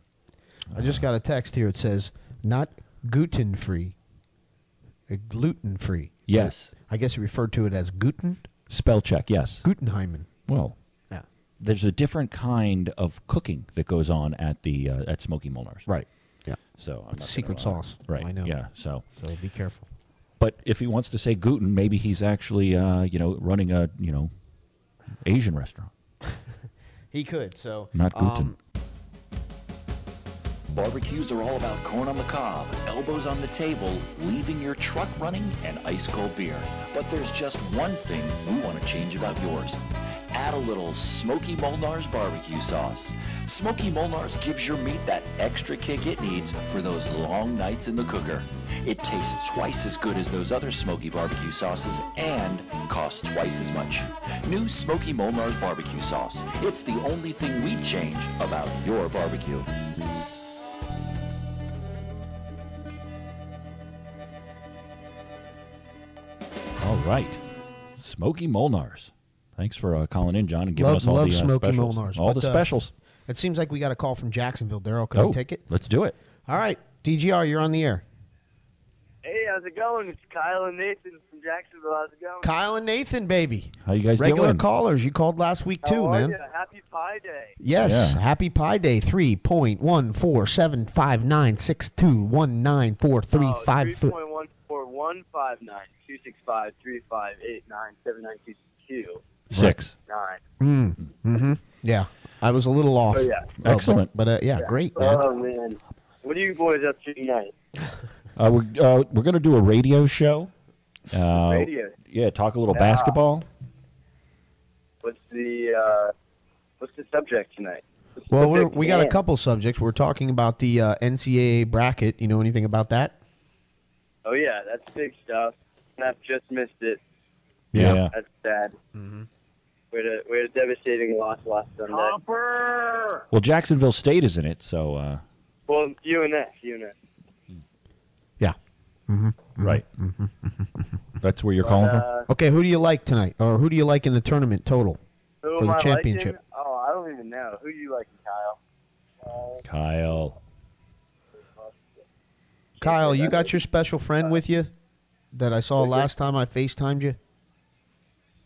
I just got a text here. It says not gluten free, gluten free.
yes,
I guess he referred to it as gluten
spell check. Yes.
Gutenheimen.
Well,
Yeah.
there's a different kind of cooking that goes on at the uh, at Smoky Molnar's.
Right. Yeah.
So I'm not
secret
gonna lie.
sauce.
Right.
I know.
Yeah. So.
So be careful.
But if he wants to say Guten, maybe he's actually uh, you know running a you know Asian restaurant,
He could. So
not Guten.
um,
Barbecues are all about corn on the cob, elbows on the table, leaving your truck running, and ice cold beer. But there's just one thing we want to change about yours. add a little Smoky Molnar's barbecue sauce. Smoky Molnar's gives your meat that extra kick it needs for those long nights in the cooker. It tastes twice as good as those other smoky barbecue sauces and costs twice as much. New Smoky Molnar's barbecue sauce. It's the only thing we'd change about your barbecue.
All right. Smoky Molnar's. Thanks for uh, calling in, John, and giving
Love-
us all
love
the uh,
Smoky
specials.
Molnar's,
all
but,
the
uh,
specials. Oh,
It seems like we got a call from Jacksonville. Daryl, can we take it?
Let's do it.
All right, DGR, you're on the air.
Hey, how's it going? It's Kyle and Nathan from Jacksonville. How's it going?
Kyle and Nathan, baby.
How you guys
Regular
doing?
callers. You called last week too,
How are
man.
ya? Happy Pi Day.
Yes.
Yeah.
Happy Pi Day. Three point one four seven five nine six two one nine four three
Oh,
five foot.
3.14159265358979229.
Six.
Mm. hmm Yeah. I was a little off.
Oh, yeah.
but-
Excellent.
But, uh, yeah, great, man.
Oh, man. What are you boys up to tonight?
Uh, we're uh, we're gonna do a radio show. Uh,
Radio.
Yeah, talk a little
Yeah.
basketball.
What's the, uh, what's the subject tonight? What's the
well, we're,
subject?
we got a
Yeah.
couple subjects. We're talking about the uh, NCAA bracket. You know anything about that?
Oh, yeah, that's big stuff. Snap just missed it.
Yeah.
That's sad.
Mhm.
We had a, we had a devastating loss last Sunday.
Well, Jacksonville State is in it, so uh,
Well, UNF, UNF.
Yeah.
right. That's where you're calling from.
Mm-hmm. Uh,
Okay, who do you like tonight, or who do you like in the tournament total?
who
for
am
the
I
championship.
Liking? Oh, I don't even know. Who you liking, Kyle?
Kyle.
Kyle, you got your special
Uh,
friend with you that I saw last time I FaceTimed you?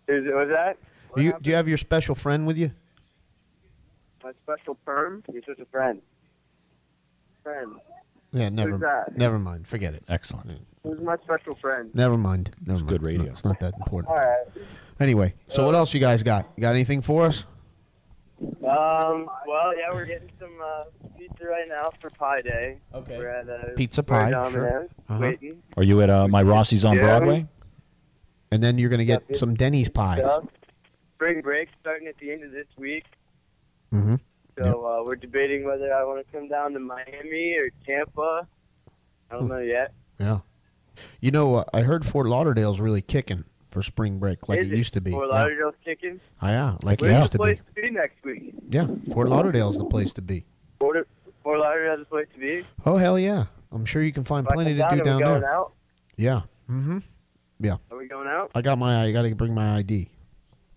Is, was that?
Do you, do you have your special friend with you?
My special perm? You're such a friend. Friend.
Yeah, never,
Who's that?
never mind. Forget it.
Excellent.
Who's my special friend?
Never mind. Never mind.
good radio.
It's not, it's not that important.
All right. Uh,
Anyway, so what else you guys got? You got anything for us?
Um. Well, yeah, we're getting some uh, pizza right now for Pie Day. Okay. We're at uh,
Pizza
we're at
pie,
Domino's,
sure. Uh-huh.
Waiting.
Are you at uh, my Rossi's on
Yeah.
Broadway?
And then you're gonna get
Yeah,
some Denny's pies.
Stuff. Spring break starting at the end of this week.
Mm-hmm.
So uh, we're debating whether I want to come down to Miami or Tampa. I
Hmm.
don't know yet.
Yeah. You know, uh, I heard Fort Lauderdale's really kicking for spring break, like
Is
it used to be.
Fort
Yeah.
Lauderdale's kicking.
Ah, yeah, like it
Where's
used to
the place
be.
to be next week?
Yeah, Fort Lauderdale's the place to be.
Fort, Fort Lauderdale's the place to be. If
Oh hell yeah! I'm sure you can find
I come
plenty to
down,
do
are
down
we going
there.
Out?
Yeah. Mm-hmm.
Are we going out?
I got my. I got to bring my ID.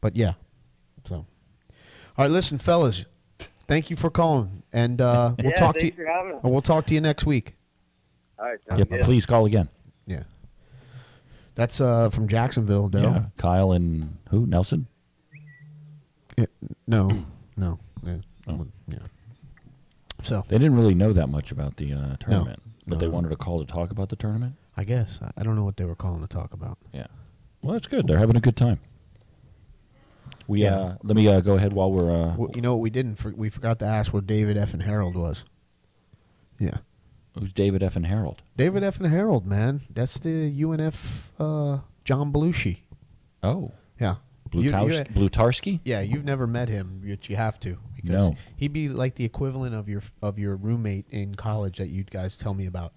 But yeah. So. All right, listen, fellas. Thank you for calling, and
<laughs>
uh, we'll
yeah,
talk to you.
thanks for having us.
and we'll talk to you next week.
All right, sounds
Yep.
good.
Please call again.
Yeah. That's uh, from Jacksonville, though.
Yeah. Kyle and who? Nelson. <clears throat>
No, no. Yeah.
Oh.
yeah. So
They didn't really know that much about the uh, tournament, but
No,
they
no.
wanted a call to talk about the tournament.
I guess I- I don't know what they were calling to talk about.
Yeah. Well, that's good. They're having a good time. We
Yeah.
uh, let me uh, go ahead while we're uh,
Well, you know what we didn't? For, we forgot to ask where David F. and Harold was. Yeah.
who's David F and Harold.
David F. and Harold, man. That's the UNF uh, John Belushi.
Oh,
Yeah. You- you-
Blutars- Blutarsky.
yeah, you've never met him, but you have to because
No.
he'd be like the equivalent of your of your roommate in college that you guys tell me about,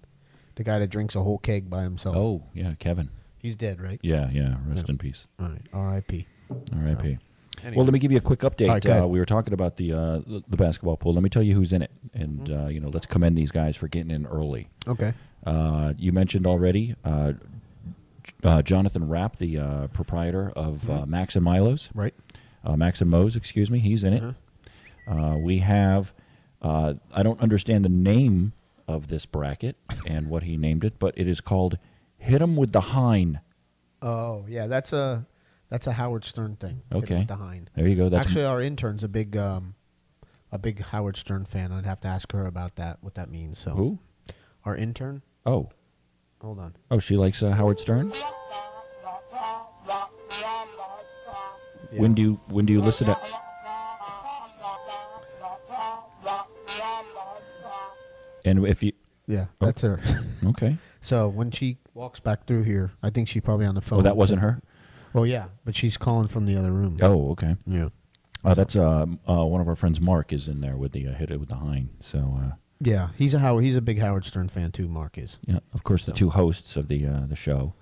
the guy that drinks a whole keg by himself.
Oh, yeah, Kevin.
he's dead, right?
Yeah, yeah. Rest in peace.
All right, R.I.P.
R.I.P.
Anyway.
Well, let me give you a quick update.
All right, go
uh,
ahead.
we were talking about the uh, the the basketball pool. Let me tell you who's in it, and uh, you know, let's commend these guys for getting in early.
Mm-hmm. Okay.
Uh, you mentioned already uh, J- uh, Jonathan Rapp, the uh, proprietor of uh, Max and Milo's,
Mm-hmm. Right. Uh-huh.
uh, Max and Moe's, excuse me. He's in it. Uh, we have. Uh, I don't understand the name of this bracket and what he named it, but it is called "Hit 'Em with the Hine."
Oh yeah, that's a that's a Howard Stern thing. Hit 'em
Okay.
with The hind.
There you go. That's
Actually, our intern's a big um, a big Howard Stern fan. I'd have to ask her about that, what that means. So
who?
our intern?
Oh,
Hold on.
oh, she likes uh, Howard Stern. When do you when do you listen to? And if you
Yeah, that's her.
Oh.
<laughs>
<laughs> okay,
so when she walks back through here, I think she's probably on the phone.
oh that wasn't her.
Well, yeah, but she's calling from the other room.
Oh okay.
Yeah.
Uh, that's uh, uh, one of our friends. Mark is in there with the uh, hit it with the Hein. So uh,
Yeah, he's a Howard. He's a big Howard Stern fan too. Mark is.
yeah, of course, the two hosts of the uh, the show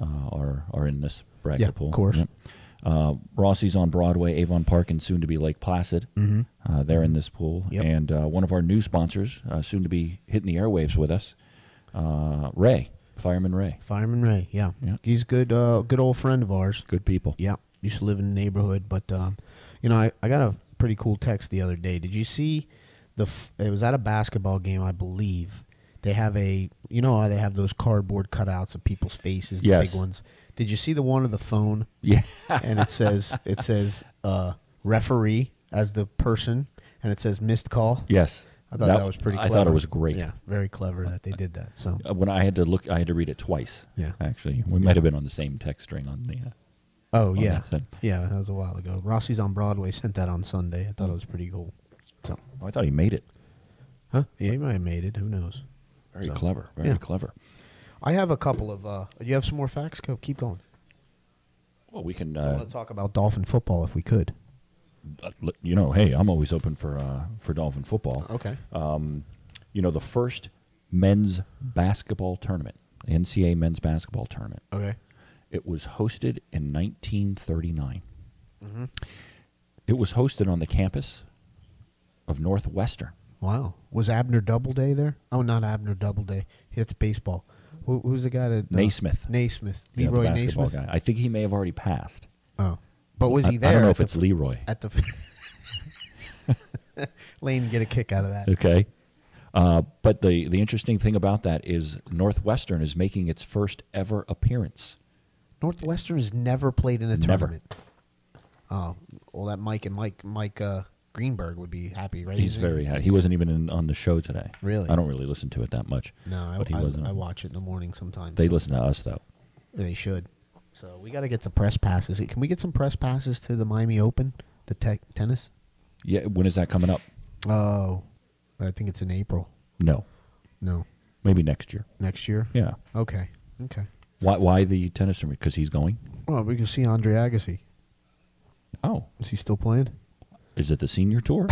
uh, are are in this bracket
Yeah, of
pool.
course.
Uh, Rossi's on Broadway, Avon Park, and soon to be Lake Placid. Mm-hmm. Uh, they're in this pool,
Yep.
and uh, one of our new sponsors, uh, soon to be hitting the airwaves with us, uh, Ray, Fireman Ray.
Fireman Ray. Yeah,
Yeah.
he's good. Uh, good old friend of ours.
Good people.
Yeah, used to live in the neighborhood, but um, you know, I, I got a pretty cool text the other day. Did you see the? F- it was at a basketball game, I believe. They have a, you know, how they have those cardboard cutouts of people's faces, the
Yes.
big ones. Did you see the one of the phone?
Yeah.
and it
<laughs>
says it says uh, referee as the person, and it says missed call.
Yes.
I thought that, was pretty.
I
clever.
thought it was great.
Yeah, very clever that they did that. So
Uh, When I had to look, I had to read it twice.
Yeah.
Actually, we might have been on the same text string on the. Uh,
Oh yeah,
that's it.
yeah, that was a while ago. Rossi's on Broadway sent that on Sunday. I thought it was pretty cool. So,
oh, I thought he made it.
huh? Yeah, he might have made it. Who knows?
Very
So,
clever. Very
yeah.
clever.
I have a couple of. Uh, you have some more facts? Go, keep going.
Well, we can.
I
Uh,
want to talk about Dolphin football if we could.
uh, let- you know, hey, I'm always open for uh, for Dolphin football. Um,
Okay.
You know, the first men's basketball tournament, NCAA men's basketball tournament.
okay.
It was hosted in 1939. Mm-hmm. It was hosted on the campus of Northwestern.
Wow. Was Abner Doubleday there? Oh, not Abner Doubleday. It's baseball. Who, who's the guy that uh,
Naismith.
Naismith.
you know, the
Leroy
basketball
Naismith.
guy. I think he may have already passed.
Oh, but was
I-
he there?
I don't know
at
if
the-
it's Leroy.
at the. <laughs> Lane get a kick out of
<laughs>
that.
Okay. Uh, but the, the interesting thing about that is Northwestern is making its first ever appearance.
Northwestern has never played in a
Never.
tournament. Oh, well, that Mike and Mike Mike uh, Greenberg would be happy, right?
He's
Isn't he?
very ha- he wasn't even in, on the show today.
Really?
I don't really listen to it that much.
No, I,
but he
I,
wasn't.
I
on.
watch it in the morning sometimes.
They listen to us though.
They should. So we got to get the press passes. Can we get some press passes to the Miami Open, the tech tennis?
Yeah. When is that coming up?
Oh, I think it's in April.
No.
No,
Maybe next year.
next year.
Yeah.
Okay. Okay.
Why? Why the tennis tournament? Because he's going.
Well, we can see Andre Agassi.
Oh,
Is he still playing?
is it the
<laughs>
senior tour?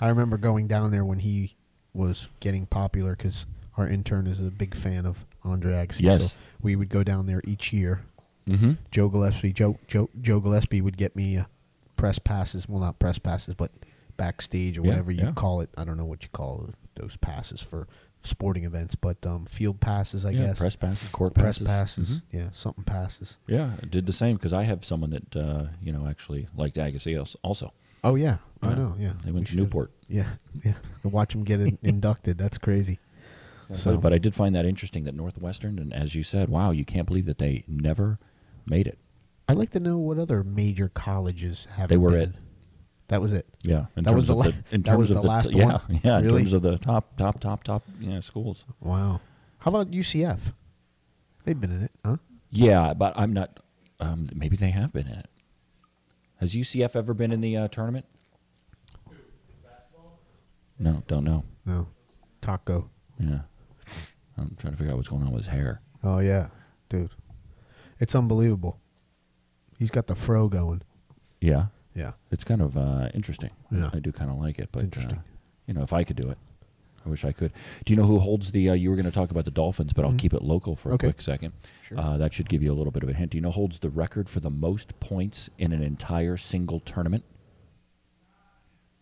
I remember going down there when he was getting popular because our intern is a big fan of Andre Agassi.
Yes.
So we would go down there each year.
mm-hmm.
Joe Gillespie, Joe, Joe, Joe Gillespie would get me uh, press passes. Well, not press passes, but backstage or
Yeah,
whatever you
yeah.
call it. I don't know what you call those passes for sporting events, but um, field passes, I
yeah.
guess.
Press passes. Court
Press
passes. Mm-hmm.
passes. Yeah, something passes.
Yeah. I did the same because I have someone that uh, you know actually liked Agassi als- also.
Oh, yeah. I
Yeah.
know. Yeah.
They
We
went to
should-
Newport.
Yeah. <laughs> Yeah. To watch him get
<laughs>
in- inducted. That's crazy. So-
But, but I did find that interesting that Northwestern, and as you said, wow, you can't believe that they never made it.
I'd like to know what other major colleges have.
They were
been.
it.
That was it.
Yeah, in
That
terms
was the
of
la-
in
that was
terms of
the
t-
last
yeah,
one?
Yeah, in
Really?
terms of the top, top, top, top, yeah, schools.
Wow. How about UCF? They've been in it, huh?
Yeah, but I'm not. Um, maybe they have been in it. Has UCF ever been in the uh, tournament? No, don't know.
No. Taco.
Yeah, I'm trying to figure out what's going on with his hair.
Oh yeah, dude, it's unbelievable. He's got the fro going.
Yeah,
Yeah.
it's kind of uh, interesting.
Yeah.
I do kind of like it, but
interesting.
Uh, you know, if I could do it, I wish I could. Do you know who holds the? Uh, you were going to talk about the Dolphins, but I'll keep it local for
Mm-hmm. Okay.
a quick second. Sure. Uh, that should give you a little bit of a hint. Do you know who holds the record for the most points in an entire single tournament?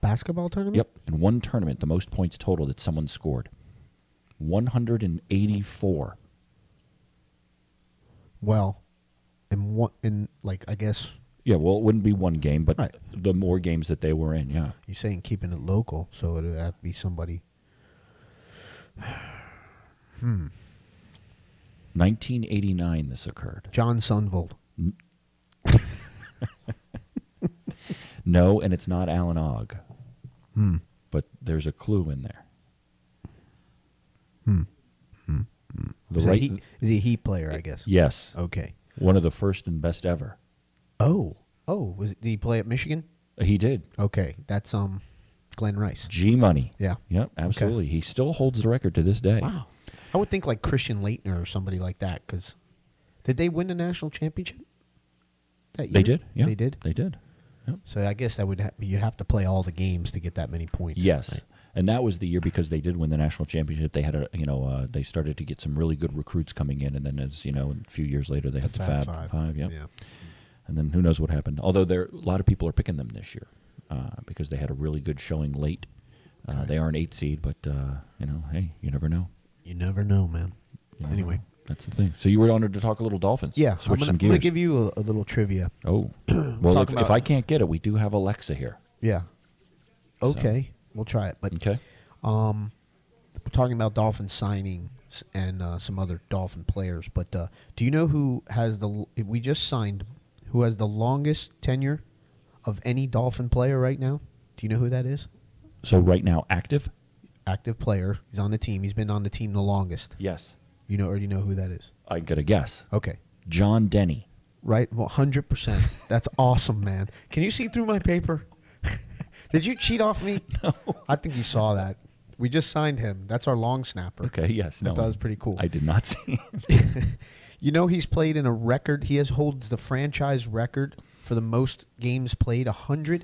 Basketball tournament.
Yep, in one tournament, the most points total that someone scored, one hundred and eighty-four.
Well, in what in like I guess
Yeah, well, it wouldn't be one game, but
Right.
the more games that they were in, yeah.
you're saying keeping it local, so it would have to be somebody. Hmm.
1989, this occurred.
John Sunvold.
<laughs> No, and it's not Alan Ogg.
Hmm.
But there's a clue in there. Hmm. The
Is,
right.
he, is he a heat player? I guess.
yes,
Okay.
one of the first and best ever.
Oh. Oh. Was did he play at Michigan?
He did.
Okay, that's um, Glenn Rice.
G money.
Yeah.
Yep. Absolutely. He still holds the record to this day.
Wow. I would think like Christian Leitner or somebody like that because did they win the national championship? That year?
They did. Yeah.
They did.
They did.
So I guess that would ha- you'd have to play all the games to get that many points.
Yes,
right?
and that was the year because they did win the national championship. They had a you know uh, they started to get some really good recruits coming in, and then as you know, a few years later they had the, Fab, Five. yeah. and then who knows what happened. Although there a lot of people are picking them this year uh, because they had a really good showing late. Uh, They are an eight seed, but uh, you know, hey, you never know.
You never know, man.
You never
Anyway.
know. that's the thing. So you were honored to talk a little Dolphins.
Yeah, I'm
switch
gonna,
some
I'm gonna
gears.
give you a, a little trivia.
oh,
<clears throat>
well, if,
talking
if
about-
I can't get it, we do have Alexa here.
Yeah. Okay, we'll try it. But um,
Okay.
we're talking about Dolphin signings and uh, some other Dolphin players. But uh, do you know who has the l- we just signed? Who has the longest tenure of any Dolphin player right now? Do you know who that is?
So right now, active.
Active player. He's on the team. He's been on the team the longest.
Yes,
You know, or do you know who that is?
I got a guess.
Okay.
John Denny.
Right? Well,
<laughs>
100%. That's awesome, man. Can you see through my paper? <laughs> Did you cheat off
<laughs>
me? No. I think you saw that. We just signed him. That's our long snapper.
Okay, yes,
I
no,
thought it was pretty cool.
I did not <laughs> see.
<laughs>
him.
You know he's played in a record. He has holds the franchise record for the most games played,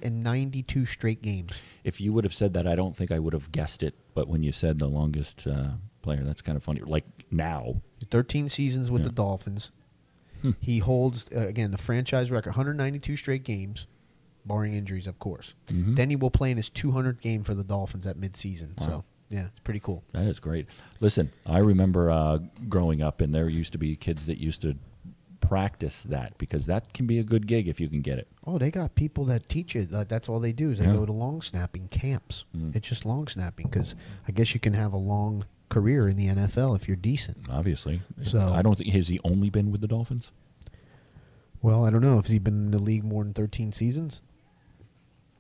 192 straight games.
if you would have said that, I don't think I would have guessed it. But when you said the longest uh, player, that's kind of funny. Like now,
13 seasons with
Yeah.
the Dolphins. He holds uh, again the franchise record, 192 straight games, barring injuries, of course. Then he will play in his 200th game for the Dolphins at midseason. So yeah, it's pretty cool.
that is great. Listen, I remember uh, growing up, and there used to be kids that used to practice that because that can be a good gig if you can get it.
Oh, they got people that teach it. Uh, that's all they do is they
Yeah. Mm.
go to long snapping camps. It's just long snapping because I guess you can have a long career in the NFL if you're decent.
Obviously,
So-
I don't think has he only been with the Dolphins.
Well, I don't know. Has he been in the league more than 13 seasons?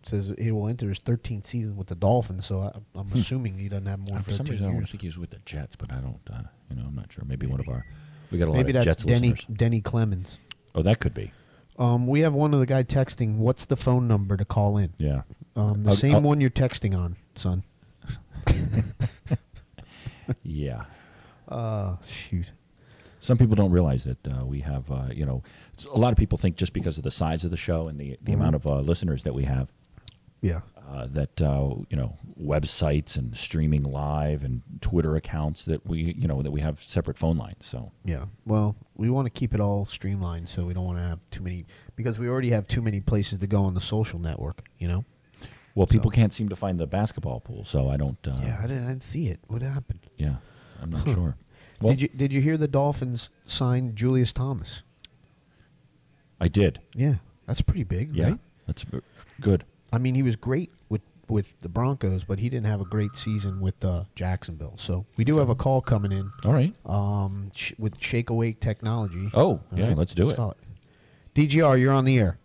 It says he will enter his 13th season with the Dolphins, so I, I'm assuming he doesn't have more than
Hmm. Uh, For some
13
reason, I don't
years.
think he was with the Jets, but I don't. Uh, you know, I'm not sure. Maybe, one of our we got a
Maybe
lot of
that's
Jets
Denny <laughs>
listeners.
Denny Clemens.
Oh, that could be.
Um, we have one of the guy texting. What's the phone number to call in?
Yeah.
Um, the
I'll-
same
I'll-
one you're texting on,
<laughs>
son.
Yeah.
Oh, shoot.
Some people don't realize that uh, we have, uh, you know, s- a lot of people think just because of the size of the show and the,
Mm-hmm.
the amount of uh, listeners that we have,
Yeah.
uh, that, uh, you know, websites and streaming live and Twitter accounts that we, you know, that we have separate phone lines. So,
Yeah. Well, we want to keep it all streamlined, so we don't want to have too many because we already have too many places to go on the social network. You know.
well, people can't seem to find the basketball pool, so I don't, uh,
I didn't, I didn't see it. What happened?
yeah, I'm not sure. Well,
did you Did you hear the Dolphins signed Julius Thomas?
I did.
Yeah, that's pretty big,
Yeah.
right?
That's b- good.
I mean, he was great with with the Broncos, but he didn't have a great season with uh, Jacksonville. So we do have a call coming in
All right.
um, sh- with Shake Awake Technology.
Oh,
All
yeah, let's do it.
call DGR, you're on the air.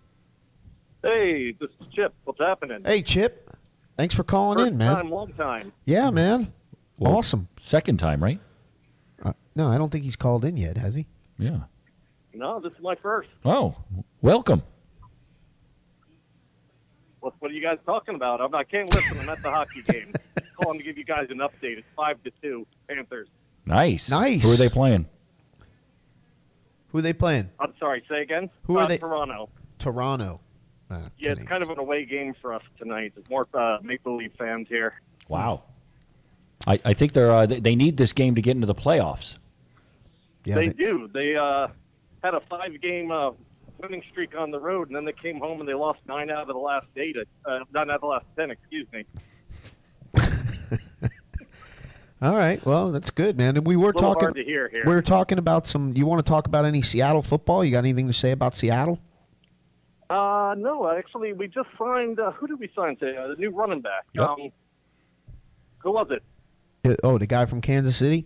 Hey, this is Chip. What's happening?
Hey, Chip. Thanks for calling
First
in, man.
time, long time.
Yeah, man.
Well,
awesome.
Second time, right?
Uh, no, I don't think he's called in yet, has he?
Yeah.
No, this is my first.
Oh, welcome.
What, what are you guys talking about? I'm, I can't listen. I'm at the hockey game.
<laughs>
Calling to give you guys an update. It's five to two Panthers.
Nice.
Nice.
Who are they playing?
Who are they playing?
I'm sorry. Say again.
Who are
Uh,
they-
Toronto.
Toronto. Uh,
Yeah, it's
Canadiens.
kind of an away game for us tonight. There's more uh, Maple Leaf fans here.
Wow. I, I think they're uh, they, they need this game to get into the playoffs.
Yeah,
they,
they-
do. They uh, had a five-game uh, winning streak on the road, and then they came home and they lost nine out of the last eight. Uh, nine out of the last ten. Excuse me.
All right. Well, that's good, man. And we were
little
talking.
hard to hear here.
We were talking about some. You want to talk about any Seattle football? You got anything to say about Seattle?
Uh, no, actually, we just signed. Uh, who did we sign today? Uh, the new running back.
Yep.
Um, who was it?
Uh, Oh, the guy from Kansas City.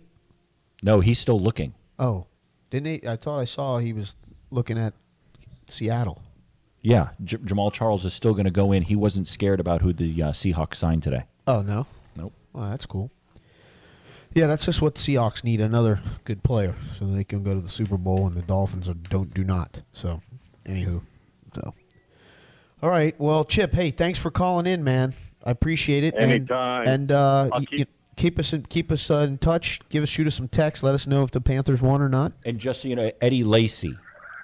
No, he's still looking.
Oh, didn't he? I thought I saw he was looking at Seattle.
Yeah, J- Jamal Charles is still going to go in. He wasn't scared about who the uh, Seahawks signed today.
Oh no.
Nope.
Well, that's cool. Yeah, that's just what Seahawks need another good player so they can go to the Super Bowl and the Dolphins are, don't do not. So, anywho, so all right. Well, Chip, hey, thanks for calling in, man. I appreciate it. And-
Anytime.
And, uh,
I'll
y-
keep-
y- keep us in, keep us uh, in touch. Give us shoot us some text. Let us know if the Panthers won or not.
And just so you know, Eddie Lacy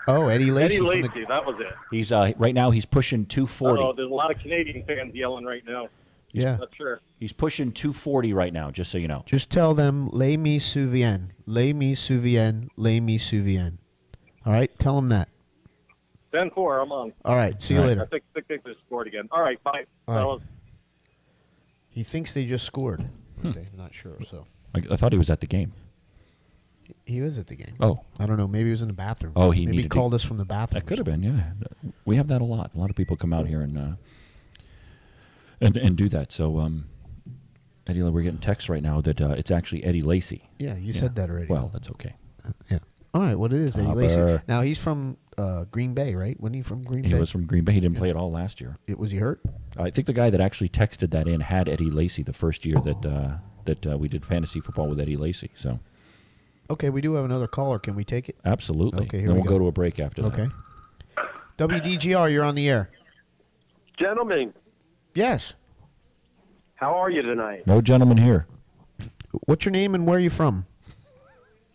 Oh, Eddie Lacy.
Eddie
from the-
Lacy, that was it.
He's uh, right now he's pushing 240.
Oh, there's a lot of Canadian fans yelling right now.
yeah.
Not sure.
He's pushing 240 right now, just so you know.
Just tell them, lay me souvien, lay me souvien, lay me souvien. All right, tell them that.
Ten four. I'm on.
All right, see you
All right.
I
later.
think, think, think they scored again. All right, bye.
All right.
fellas.
He thinks they just scored.
Hmm.
Okay, I'm not sure. So
I, I thought he was at the game.
he was at the game.
Oh,
I don't know. Maybe he was in the bathroom.
Oh,
maybe
he
he
needed to-
called us from the bathroom.
that could have been. Yeah, we have that a lot. A lot of people come out here and uh, and and do that. So, um, Eddie, we're getting texts right now that uh, it's actually Eddie Lacy.
Yeah, you
Yeah.
said that already.
Well, that's okay.
yeah. All right, what it is? Eddie Lacy.
Topper.
Now he's from uh, Green Bay, right? Wasn't he from Green
He
Bay?
was from Green Bay. He didn't play at all last year.
It- was he hurt?
I think the guy that actually texted that in had Eddie Lacy the first year that uh, that uh, we did fantasy football with Eddie Lacy. So,
Okay, we do have another caller. Can we take it?
absolutely.
Okay, here
then
we
we'll
go.
go. to a break after that.
Okay. WDGR, you're on the air.
Gentlemen,
Yes.
how are you tonight?
No gentleman here.
What's your name and where are you from?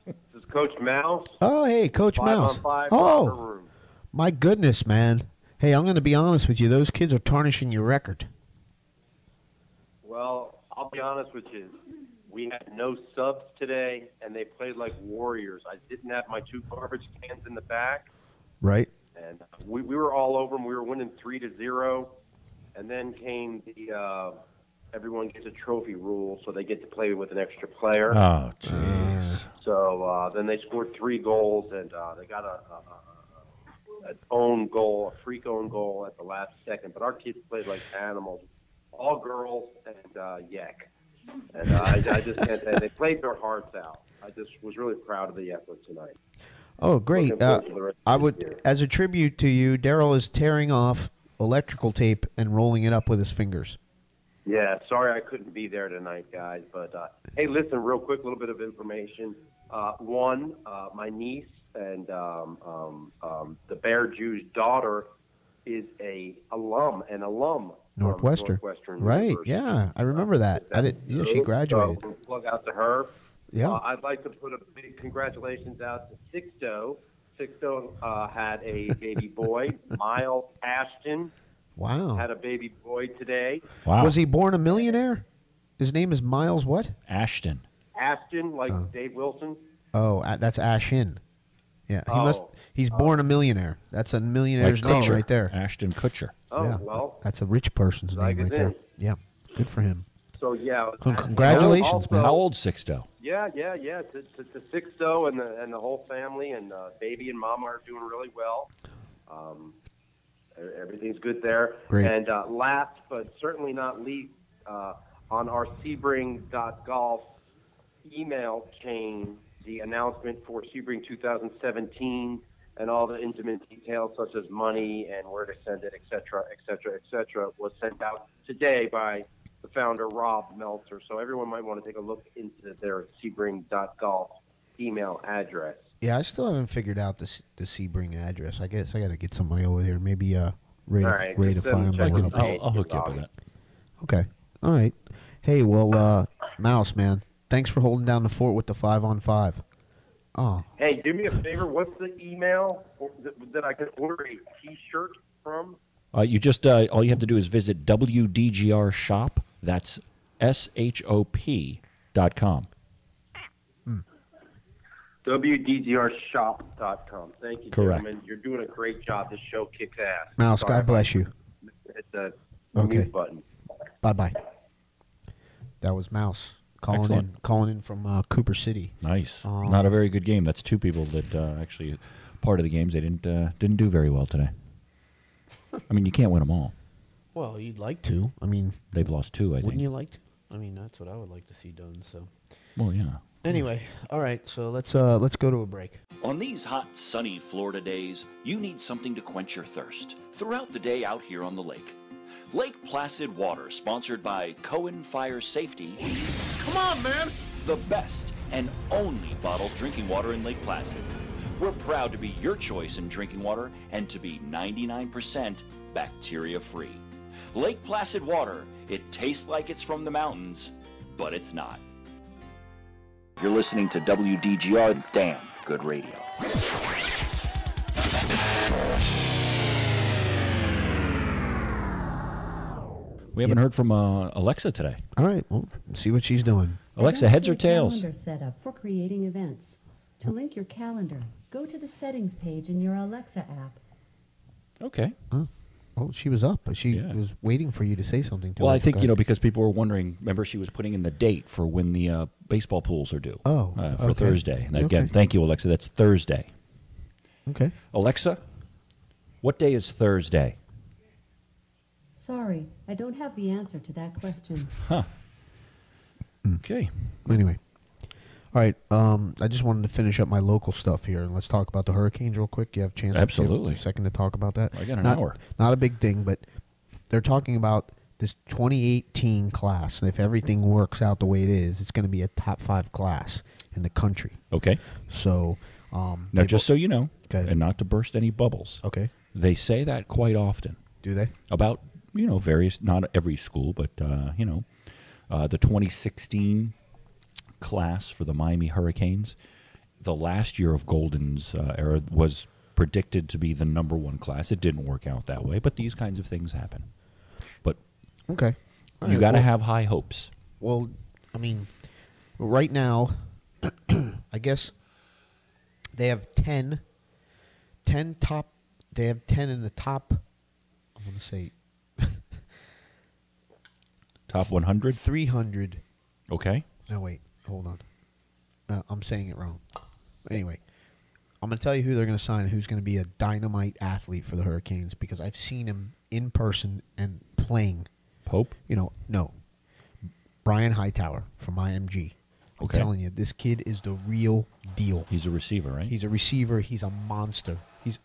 This is Coach Mouse.
Oh, hey, Coach
Five
Mouse.
on five. locker
oh,
room.
my goodness, man. Hey, I'm going to be honest with you. Those kids are tarnishing your record.
Well, I'll be honest with you. We had no subs today, and they played like warriors. I didn't have my two garbage cans in the back,
Right?
and we, we were all over them. We were winning three to zero, and then came the uh, everyone gets a trophy rule, so they get to play with an extra player.
Oh, jeez.
So uh, then they scored three goals, and uh, they got a, a, a, a own goal, a freak own goal at the last second. But our kids played like animals, all girls and uh, yak. And uh, I, I just can't. They played their hearts out. I just was really proud of the effort tonight.
Oh, great.
Looking forward
Uh,
to the rest of
I
this
would,
year.
as a tribute to you, Daryl is tearing off electrical tape and rolling it up with his fingers.
Yeah, sorry I couldn't be there tonight, guys. But uh, hey, listen, real quick, a little bit of information. Uh, one, uh, my niece and um, um, um, the Bear Jew's daughter is a alum, an alum from
Northwestern.
Northwestern
Right?
University.
Yeah, I remember that. I did. Yeah, she
So,
graduated.
we'll plug out to her.
Yeah.
Uh, I'd like to put a big congratulations out to Sixto. Sixto uh, had a baby boy. <laughs> Miles Ashton
Wow.
had a baby boy today.
Wow.
Was he born a millionaire? His name is Miles what?
Ashton?
Ashton, like
Oh.
Dave Wilson.
Oh, uh, that's Ashin. Yeah, he must.
Oh.
He's born a millionaire. That's a millionaire's
Like
name
Kutcher.
right there.
Ashton Kutcher.
Oh
yeah,
well.
that's a rich person's
Like
name right
it
there.
is.
Yeah, good for him.
So yeah.
Con- congratulations,
also,
man.
How old Sixto?
Yeah, yeah, yeah. To, to, to Sixto and the and the whole family and uh, baby and mama are doing really well. Um, e- everything's good there.
Great.
And uh, last but certainly not least, uh, on our Sebring.golf email chain, the announcement for Sebring 2017 and all the intimate details such as money and where to send it, et cetera, et cetera, et cetera, was sent out today by the founder, Rob Meltzer. So everyone might want to take a look into their Sebring.golf email address.
Yeah, I still haven't figured out the S- the Sebring address. I guess I got to get somebody over there. Maybe uh, rate
All
of,
right,
rate
just
of
send-
fire.
I
check Like
will
it
can,
help.
out.
I'll, I'll hook you up with that.
Oh, Okay, all right. Hey, well, uh, Mouse man, thanks for holding down the fort with the five on five. Oh,
Hey, do me a favor. What's the email or- that, that I can order a T-shirt from?
Uh, you just uh, all you have to do is visit WDGR shop. That's S H O P dot com.
WDGRshop.com. Thank you,
Correct.
gentlemen. You're doing a great job. This show kicks ass.
Mouse,
Sorry
God bless you.
if I hit the
Okay.
mute button.
Bye bye. That was Mouse calling in,
Excellent.
calling in from uh, Cooper City.
Nice.
Um,
Not a very good game. That's two people that uh, actually part of the games they didn't uh, didn't do very well today. I mean, you can't win them all.
Well, you'd like to. I mean,
They've lost two, I
wouldn't
think.
you like to? I mean, that's what I would like to see done. So
Well, yeah.
anyway, all right. So let's uh let's go to a break.
On these hot, sunny Florida days, you need something to quench your thirst throughout the day out here on the lake. Lake Placid Water, sponsored by Cohen Fire Safety. Come on, man! The best and only bottled drinking water in Lake Placid. We're proud to be your choice in drinking water and to be 99% bacteria free. Lake Placid Water, it tastes like it's from the mountains, but it's not. You're listening to WDGR Damn Good Radio.
We haven't heard from uh, Alexa today.
All right, well, see what she's doing.
Alexa, heads or tails?
Calendar setup for creating events. To link your calendar, go to the settings page in your Alexa app.
Okay.
Oh, she was up. She was waiting for you to say something to
Well,
her.
I think you know
forgot.
because people were wondering. Remember, she was putting in the date for when the uh, baseball pools are due.
Oh,
uh, for
okay.
Thursday. And again,
Okay.
thank you, Alexa. That's Thursday.
Okay.
Alexa, what day is Thursday?
Sorry, I don't have the answer to that question.
Okay.
Hmm. Anyway. All right. Um, I just wanted to finish up my local stuff here, and let's talk about the hurricanes real quick. Do you have a chance? to-
Absolutely.
a second to talk about that.
I got an
not,
hour.
Not a big thing, but they're talking about this 2018 class, and if everything works out the way it is, it's going to be a top five class in the country.
Okay.
So, um,
Now,
they've-
just so you know,
Go ahead.
and not to burst any bubbles,
okay,
they say that quite often
do they?
about you know various not every school, but uh, you know uh, the 2016 class for the Miami Hurricanes. The last year of Golden's uh, era was predicted to be the number one class. It didn't work out that way, but these kinds of things happen. But
Okay. All
you
right,
got to
well-
have high hopes.
Well, I mean, right now, <clears throat> I guess they have 10, 10 top. They have ten in the top. I'm gonna say
Top 100.
three hundred.
Okay.
No, wait, hold on. Uh, I'm saying it wrong. Anyway, I'm gonna tell you who they're gonna sign. Who's gonna be a dynamite athlete for the Hurricanes? Because I've seen him in person and playing.
Pope.
you know, no. Brian Hightower from IMG. I'm
Okay.
telling you, this kid is the real deal.
He's a receiver, right?
He's a receiver. He's a monster. He's.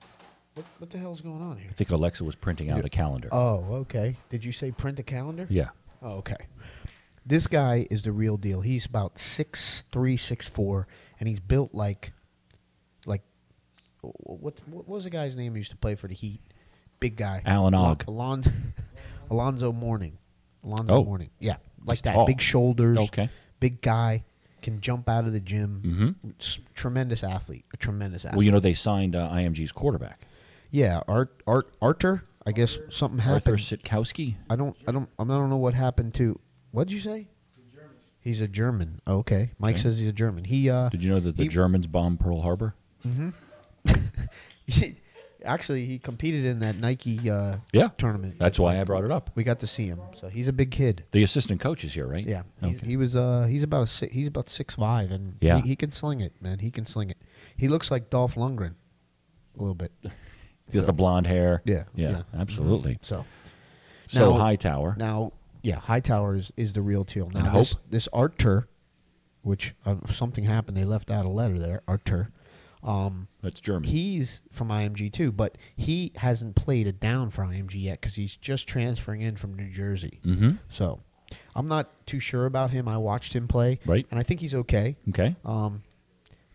What, what the hell's going on here?
I think Alexa was printing out a calendar.
Oh, okay. Did you say print a calendar?
yeah.
Oh, okay. This guy is the real deal. He's about six three, six four, and he's built like, like, what what was the guy's name who used to play for the Heat? Big guy.
Alan
Alon- <laughs>
Ogg.
Alonzo, Alonzo Mourning. Alonzo
Oh.
Mourning. Yeah, like
He's
that.
tall.
Big shoulders.
Okay.
Big guy. Can jump out of the gym.
Mhm.
S- Tremendous athlete. A tremendous athlete.
Well, you know they signed uh, IMG's quarterback,
yeah, Art Art Arter. I guess something happened.
Arthur Sitkowski.
I don't, I don't, I don't know what happened to. What'd you say? He's a German. Oh, okay, Mike
Okay.
says he's a German. He uh,
Did you know that the
He- mm-hmm.
Germans bombed Pearl Harbor?
<laughs> actually he competed in that Nike uh,
Yeah.
tournament.
That's why I brought it up.
we got to see him. So he's a big kid.
The assistant coach is here, right?
Yeah, he's,
Okay.
he was uh, he's about a si- he's about six five, and
Yeah.
he, he can sling it, man. He can sling it. He looks like Dolph Lundgren a little bit.
<laughs> He's got the blonde hair.
Yeah,
Yeah,
yeah.
absolutely.
So
So
Now-
Hightower.
Now, yeah, Hightower is, is the real deal. Now,
And
this,
Hope?
this Artur, which uh, something happened, they left out a letter there, Artur. Um,
that's German.
he's from IMG too, but he hasn't played a down for IMG yet because he's just transferring in from New Jersey.
mm-hmm.
So, I'm not too sure about him. I watched him play,
Right.
and I think he's okay.
Okay.
Um,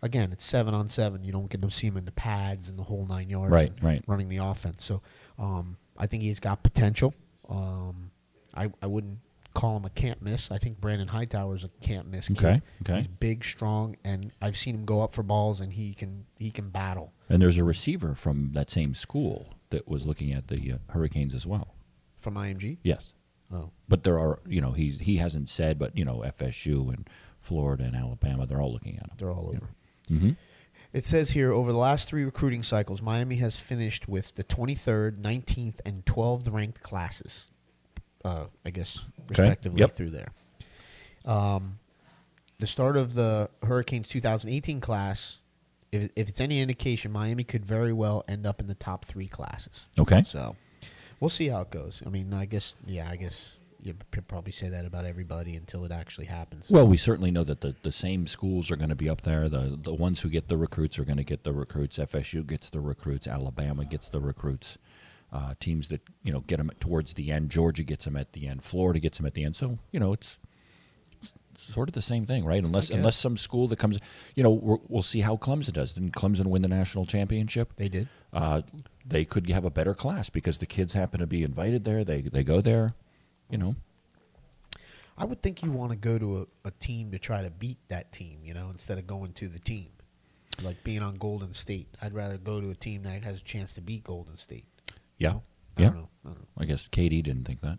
again, it's seven on seven. You don't get to see him in the pads and the whole nine yards.
Right,
and
right.
Running the offense. So um, I think he's got potential. Um, I, I wouldn't call him a can't miss. I think Brandon Hightower's a can't miss kid.
Okay, okay.
He's big, strong, and I've seen him go up for balls, and he can he can battle.
and there's a receiver from that same school that was looking at the uh, Hurricanes as well.
From IMG.
Yes.
Oh,
But there are, you know, he's he hasn't said, but you know, FSU and Florida and Alabama, they're all looking at him.
they're all over.
Mhm.
It says here over the last three recruiting cycles, Miami has finished with the 23rd, 19th, and 12th ranked classes. Uh, I guess respectively
Yep.
through there. Um, the start of the Hurricanes 2018 class, if, if it's any indication, Miami could very well end up in the top three classes.
Okay.
So we'll see how it goes. I mean, I guess, yeah, I guess you could probably say that about everybody until it actually happens.
Well, we certainly know that the, the same schools are going to be up there. The the ones who get the recruits are going to get the recruits. FSU gets the recruits. Alabama gets the recruits. Uh, teams that you know get them towards the end. Georgia gets them at the end. Florida gets them at the end. So you know it's, it's sort of the same thing, right? Unless unless some school that comes, you know, we're, we'll see how Clemson does. Didn't Clemson win the national championship?
they did.
Uh, they could have a better class because the kids happen to be invited there. They they go there, you know.
I would think you want to go to a, a team to try to beat that team, you know, instead of going to the team. Like being on Golden State. I'd rather go to a team that has a chance to beat Golden State.
Yeah,
I
yeah.
don't know. I don't know.
I guess Katie didn't think that.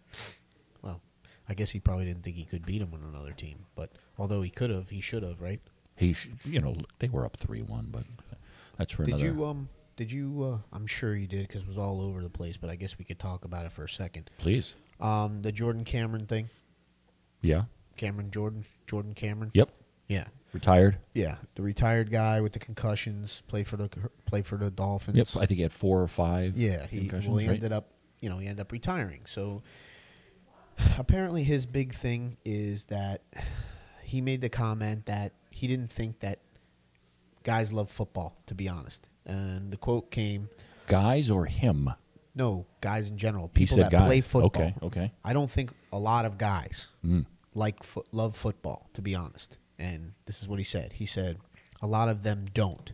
Well, I guess he probably didn't think he could beat him on another team. But although he could have, he should have, right?
He, sh- you know, they were up three-one, but that's for
Did
another.
you um? Did you? Uh, I'm sure you did because it was all over the place. But I guess we could talk about it for a second.
Please,
Um, the Jordan Cameron thing.
yeah,
Cameron Jordan. Jordan Cameron.
yep,
Yeah.
retired.
Yeah. The retired guy with the concussions played for the played for the Dolphins.
Yep, I think he had four or five.
Yeah, he well, he ended up, you know, he ended up retiring. So apparently, his big thing is that he made the comment that he didn't think that guys love football. To be honest, and the quote came,
Guys or him?
"No, guys in general,
He
people
said
that
guys.
play football.
Okay, okay.
I don't think a lot of guys
Mm.
like fo- love football. To be honest, and this is what he said. He said a lot of them don't.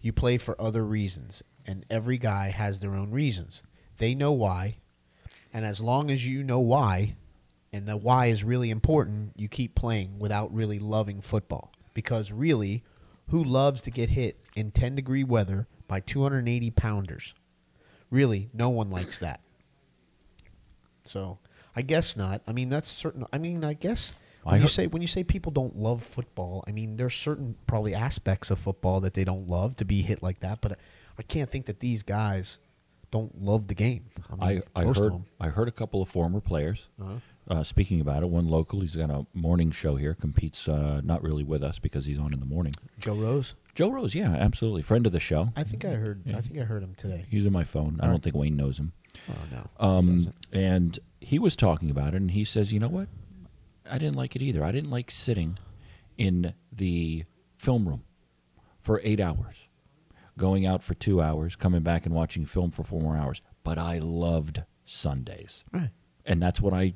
You play for other reasons, and every guy has their own reasons. They know why, and as long as you know why, and the why is really important, you keep playing without really loving football. Because really, who loves to get hit in 10 degree weather by 280 pounders? Really, no one likes that. So, I guess not. I mean, that's certain. I mean, I guess
I
when you
heard-
say when you say people don't love football, I mean, there's certain probably aspects of football that they don't love to be hit like that. But I- I can't think that these guys don't love the game. I,
I,
mean,
I
most of
heard
'em.
I heard a couple of former players
Uh-huh.
uh, speaking about it. One local, he's got a morning show here. Competes uh, not really with us because he's on in the morning.
Joe Rose.
Joe Rose, yeah, absolutely, friend of the show.
I think I heard. I think I heard him today.
He's in my phone. I don't think Wayne knows him.
Oh no.
Um, and he was talking about it, and he says, "You know what? I didn't like it either. I didn't like sitting in the film room for eight hours, going out for two hours, coming back and watching film for four more hours. But I loved Sundays,
Right.
and that's what I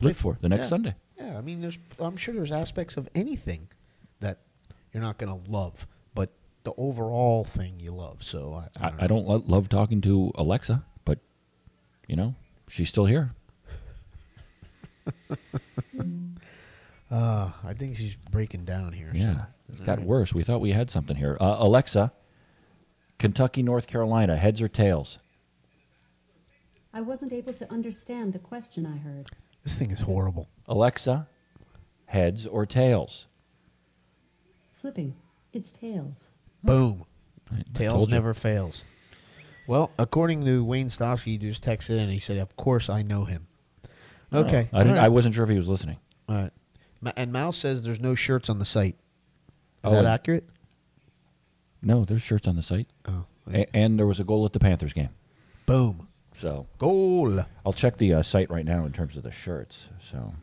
live for. The next Sunday,
Yeah, I mean, there's. I'm sure there's aspects of anything that you're not gonna love, but the overall thing you love. So I, I,
I,
don't,
I don't lo- love talking to Alexa, but you know, she's still here.
Uh, I think she's breaking down here.
Yeah,
So.
it got worse. We thought we had something here. Uh, Alexa, Kentucky, North Carolina, heads or tails?
I wasn't able to understand the question I heard.
This thing is horrible.
Alexa, heads or tails?
Flipping. It's tails.
Boom.
I
Tails
told you.
never fails. Well, according to Wayne Stosky, he just texted and he said, "Of course, I know him." Okay.
Oh. I didn't.
All right.
I wasn't sure if he was listening.
All right. Ma- And Mal says there's no shirts on the site. Is
Oh,
that
and-
accurate?
No, there's shirts on the site,
Oh.
A- and there was a goal at the Panthers game.
Boom.
So
Goal.
I'll check the uh, site right now in terms of the shirts. So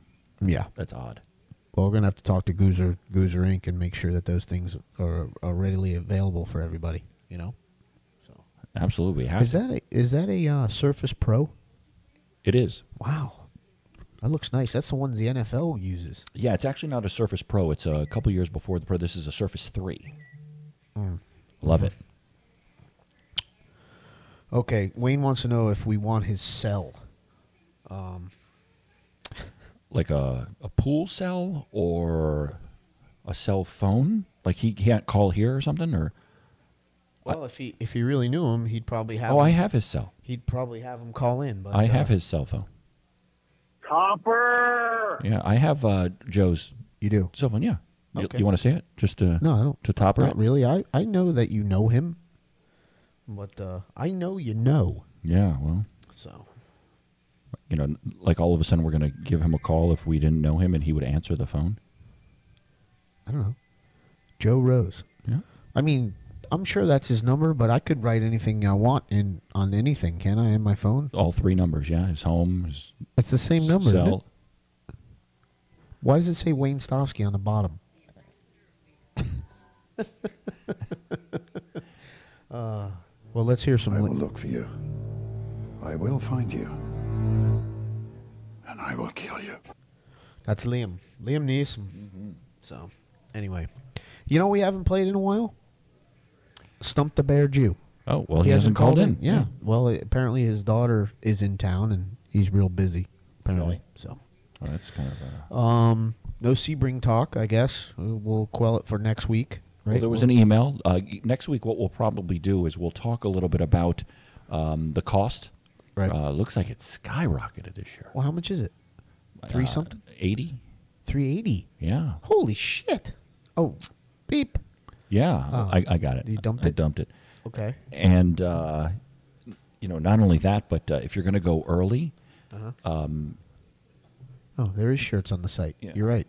Yeah.
that's odd.
Well, we're gonna have to talk to Goozer Goozer Inc. and make sure that those things are, are readily available for everybody. You know,
Absolutely, we have
is
to.
that a, is that a uh, Surface Pro?
it is.
Wow, that looks nice. That's the ones the NFL uses.
Yeah, it's actually not a Surface Pro. It's a couple years before the Pro. This is a Surface Three. Love it.
Okay, Wayne wants to know if we want his cell. Um,
like a, a pool cell or a cell phone? Like he can't call here or something? Or
Well, if he if he really knew him, he'd probably have.
oh, I
him-
have his cell.
He'd probably have him call in. But
I
uh,
have his cell phone.
Copper.
Yeah, I have uh, Joe's
You do?
cell phone. Yeah. You-
Okay.
You, want to see it? Just to
No, I don't.
to topper
Not
it.
really. I I know that you know him, but uh, I know you know.
Yeah. Well,
So
you know, like all of a sudden we're gonna give him a call if we didn't know him and he would answer the phone.
I don't know. Joe Rose.
Yeah.
I mean, I'm sure that's his number, but I could write anything I want in on anything, can I? In my phone,
All three numbers. Yeah. His home. His
it's the same number. isn't
cell.
it? Why does it say Wayne Stofsky on the bottom? Uh, well, let's hear some.
I will
Li-
look for you. I will find you. And I will kill you. Mm-hmm.
that's Liam. Liam Neeson. So, anyway, you know what we haven't played in a while. Stump the Bear Jew.
Oh well, he, hasn't, called, in.
Yeah. Well, apparently his daughter is in town and he's real busy. Apparently, so.
Well, that's kind of. Uh,
Um, no Sebring talk, I guess. Uh, We'll quell it for next week, right?
Well, there was an email. Uh, y- next week, what we'll probably do is we'll talk a little bit about um, the cost.
Right.
Uh, looks like it's skyrocketed this year.
Well, how much is it?
Uh,
Three something?
80?
380.
Yeah.
Holy shit. Oh, beep.
Yeah,
Oh.
I, I got it.
You dumped
I
it?
dumped it.
Okay.
And, uh, you know, not only that, but uh, if you're going to go early,
Uh-huh.
um,
Oh, there is shirts on the site. You're right.